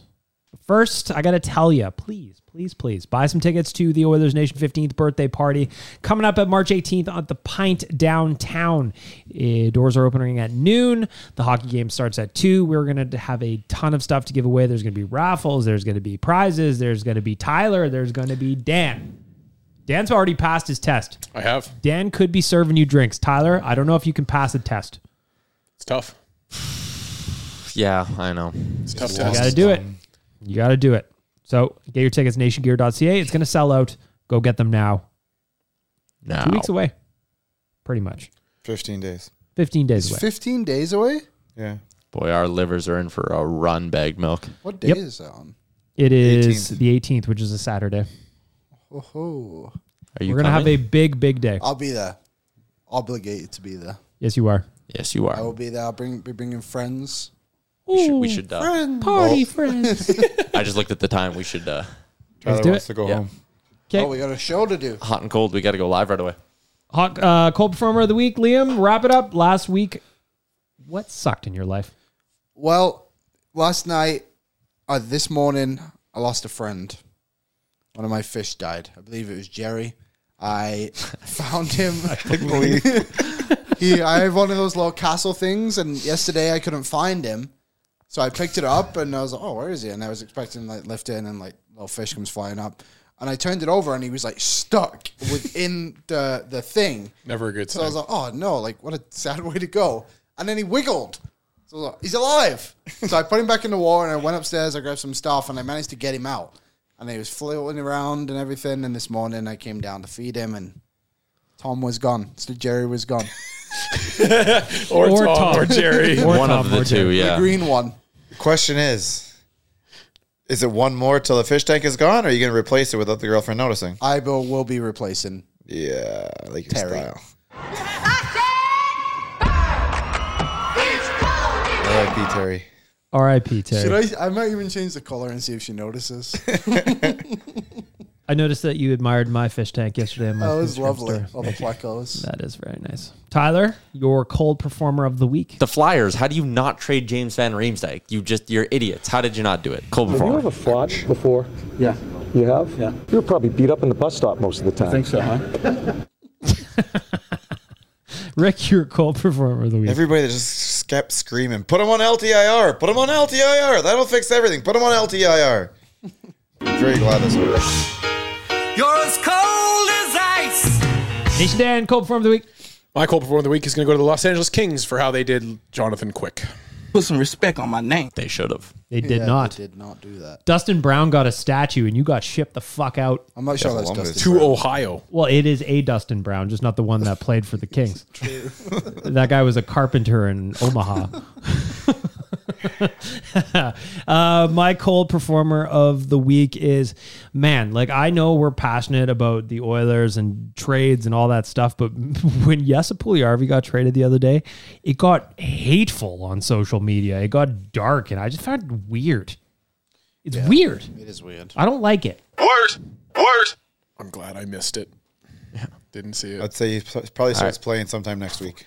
Speaker 4: First, I got to tell you, please, please, please buy some tickets to the Oilers Nation 15th birthday party coming up at March 18th at the Pint downtown. Eh, doors are opening at noon. The hockey game starts at 2. We're going to have a ton of stuff to give away. There's going to be raffles, there's going to be prizes, there's going to be Tyler, there's going to be Dan. Dan's already passed his test.
Speaker 3: I have.
Speaker 4: Dan could be serving you drinks. Tyler, I don't know if you can pass the test.
Speaker 3: It's tough.
Speaker 6: Yeah, I know.
Speaker 3: It's a tough
Speaker 4: You
Speaker 3: test.
Speaker 4: got to do it. You got to do it. So get your tickets, nationgear.ca. It's going to sell out. Go get them now.
Speaker 6: No.
Speaker 4: Two weeks away, pretty much.
Speaker 5: 15 days.
Speaker 4: 15 days
Speaker 2: it.
Speaker 4: away.
Speaker 2: Fifteen days away.
Speaker 5: Yeah.
Speaker 6: Boy, our livers are in for a run, bag milk.
Speaker 2: What day
Speaker 4: Yep.
Speaker 2: is that on?
Speaker 4: It is the 18th, which is a Saturday.
Speaker 2: Oh, ho.
Speaker 6: Are you
Speaker 4: We're going to have a
Speaker 6: coming?
Speaker 4: big, big day.
Speaker 2: I'll be there. Obligated to be there.
Speaker 4: Yes, you are.
Speaker 6: Yes, you
Speaker 2: I will
Speaker 6: are.
Speaker 2: be there. I'll bring be bringing friends.
Speaker 6: We should, we should, uh,
Speaker 4: Party friends.
Speaker 6: I just looked at the time. We should uh,
Speaker 5: Tyler
Speaker 4: do
Speaker 5: wants
Speaker 4: it.
Speaker 5: to go
Speaker 6: Yeah.
Speaker 5: home.
Speaker 4: Okay.
Speaker 2: Oh, we got a show to do.
Speaker 6: hot and cold. We got to go live right away.
Speaker 4: Hawk, uh, cold performer of the week, Liam, wrap it up. Last week, what sucked in your life?
Speaker 2: Well, last night, uh, this morning, I lost a friend. One of my fish died. I believe it was Jerry. I found him. he, I have one of those little castle things, and yesterday I couldn't find him, so I picked it up and I was like, "Oh, where is he?" And I was expecting like lift in and like little fish comes flying up, and I turned it over and he was like stuck within the the thing.
Speaker 3: Never a good
Speaker 2: So I
Speaker 3: sign.
Speaker 2: was like, oh no, like what a sad way to go. And then he wiggled. So I was like, he's alive. so I put him back in the wall and I went upstairs, I grabbed some stuff, and I managed to get him out. And he was floating around and everything. And this morning I came down to feed him and Tom was gone. So Jerry was gone.
Speaker 3: or,
Speaker 4: Or
Speaker 3: Tom,
Speaker 4: Tom.
Speaker 3: or Jerry.
Speaker 4: Or
Speaker 6: One
Speaker 4: Tom
Speaker 6: of the
Speaker 4: or
Speaker 6: two,
Speaker 4: Jerry.
Speaker 6: yeah.
Speaker 2: The green one.
Speaker 5: Question is Is it one more till the fish tank is gone, or are you going to replace it without the girlfriend noticing?
Speaker 2: Ibo will be replacing.
Speaker 5: Yeah. I like your
Speaker 2: Terry.
Speaker 5: style.
Speaker 8: It's
Speaker 5: R.I.P. Terry.
Speaker 4: R.I.P. Terry.
Speaker 2: Should I? I might even change the color and see if she notices.
Speaker 4: I noticed that you admired my fish tank yesterday. on my
Speaker 2: That Oh, was
Speaker 4: Instagram
Speaker 2: lovely.
Speaker 4: story.
Speaker 2: All the plecos.
Speaker 4: That is very nice. Tyler, your cold performer of the week.
Speaker 6: The Flyers. How do you not trade James Van Riemsdyk? You just you're idiots. How did you not do it? Cold performer.
Speaker 9: a flat before? Yeah. You have? Yeah. You were probably beat up in the bus stop most of the time. I think so, huh?
Speaker 4: Rick, your cold performer of the week.
Speaker 5: Everybody that just kept screaming, put him on LTIR, put him on LTIR. That'll fix everything. Put him on LTIR. Very glad this worked.
Speaker 4: Nation Dan, cold performer of the week.
Speaker 3: My cold performer of the week is going to go to the Los Angeles Kings for how they did Jonathan Quick.
Speaker 8: Put some respect on my name.
Speaker 6: They should have.
Speaker 4: They did
Speaker 2: Yeah,
Speaker 4: not.
Speaker 2: They did not do that.
Speaker 4: Dustin Brown got a statue, and you got shipped the fuck out.
Speaker 2: I'm not sure that's
Speaker 1: Columbus.
Speaker 2: Dustin.
Speaker 3: to Ohio.
Speaker 4: Well, it is a Dustin Brown, just not the one that played for the Kings. that guy was a carpenter in Omaha. uh, my cold performer of the week is man, like I know we're passionate about the Oilers and trades and all that stuff, but when Yesapuliarvi got traded the other day, it got hateful on social media. It got dark, and I just found it weird. It's weird.
Speaker 2: It is weird.
Speaker 4: I don't like it.
Speaker 8: Worse, worse.
Speaker 3: I'm glad I missed it. Didn't see it.
Speaker 5: I'd say he p- probably starts playing sometime next week.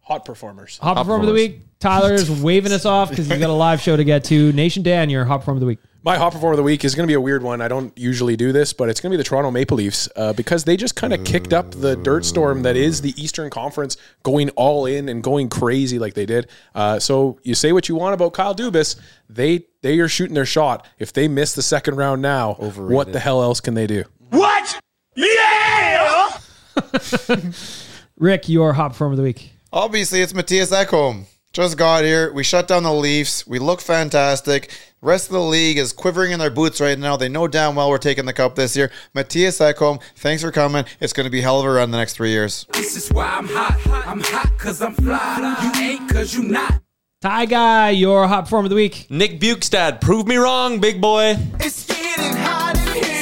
Speaker 3: Hot performers.
Speaker 4: Hot, performer of the week. Tyler is waving us off because he's got a live show to get to. Nation Dan, your hot performer of the week.
Speaker 3: My hot performer of the week is going to be a weird one. I don't usually do this, but it's going to be the Toronto Maple Leafs uh, because they just kind of kicked up the dirt storm that is the Eastern Conference, going all in and going crazy like they did. Uh, so you say what you want about Kyle Dubas, they they are shooting their shot. If they miss the second round now, what the hell else can they do?
Speaker 8: What? Yeah!
Speaker 4: Rick, your hot performer of the week.
Speaker 5: Obviously, it's Matthias Ekholm. Just got here. We shut down the Leafs. We look fantastic. The rest of the league is quivering in their boots right now. They know damn well we're taking the cup this year. Matthias Ekholm, thanks for coming. It's going to be a hell of a run the next three years.
Speaker 8: This is why I'm hot. I'm hot cause I'm fly. You ain't cause you not.
Speaker 4: Ty Guy, your hot performer of the week.
Speaker 6: Nick Bukestad, prove me wrong, big boy.
Speaker 8: It's getting hot in here.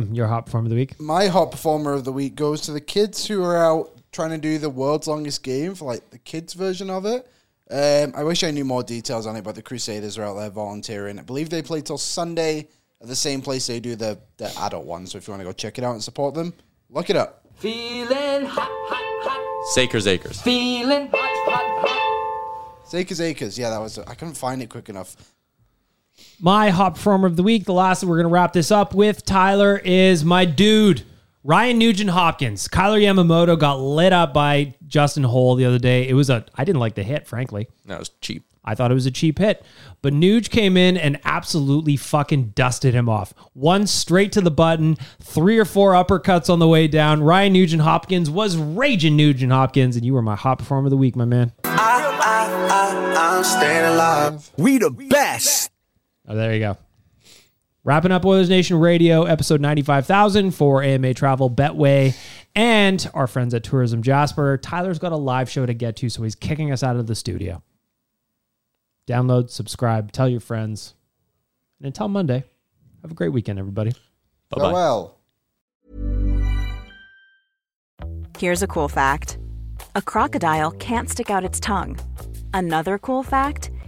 Speaker 4: Liam, your hot performer of the week.
Speaker 2: My hot performer of the week goes to the kids who are out trying to do the world's longest game for like the kids version of it. Um, I wish I knew more details on it, but the Crusaders are out there volunteering. I believe they play till Sunday at the same place they do the, the adult one. So if you want to go check it out and support them, look it up.
Speaker 6: Sakers Acres.
Speaker 2: Acres Acres. Yeah, that was. I couldn't find it quick enough.
Speaker 4: My hot performer of the week, the last that we're going to wrap this up with, Tyler, is my dude, Ryan Nugent Hopkins. Kyler Yamamoto got lit up by Justin Hole the other day. It was a, I didn't like the hit, frankly.
Speaker 6: That was cheap.
Speaker 4: I thought it was a cheap hit. But Nuge came in and absolutely fucking dusted him off. One straight to the button, three or four uppercuts on the way down. Ryan Nugent Hopkins was raging Nugent Hopkins, and you were my hot performer of the week, my man.
Speaker 8: We the best.
Speaker 4: Oh, there you go. Wrapping up Oilers Nation Radio, episode 95,000 for AMA Travel, Betway, and our friends at Tourism Jasper. Tyler's got a live show to get to, so he's kicking us out of the studio. Download, subscribe, tell your friends. And until Monday, have a great weekend, everybody.
Speaker 6: Bye bye.
Speaker 2: Farewell.
Speaker 10: Here's a cool fact a crocodile can't stick out its tongue. Another cool fact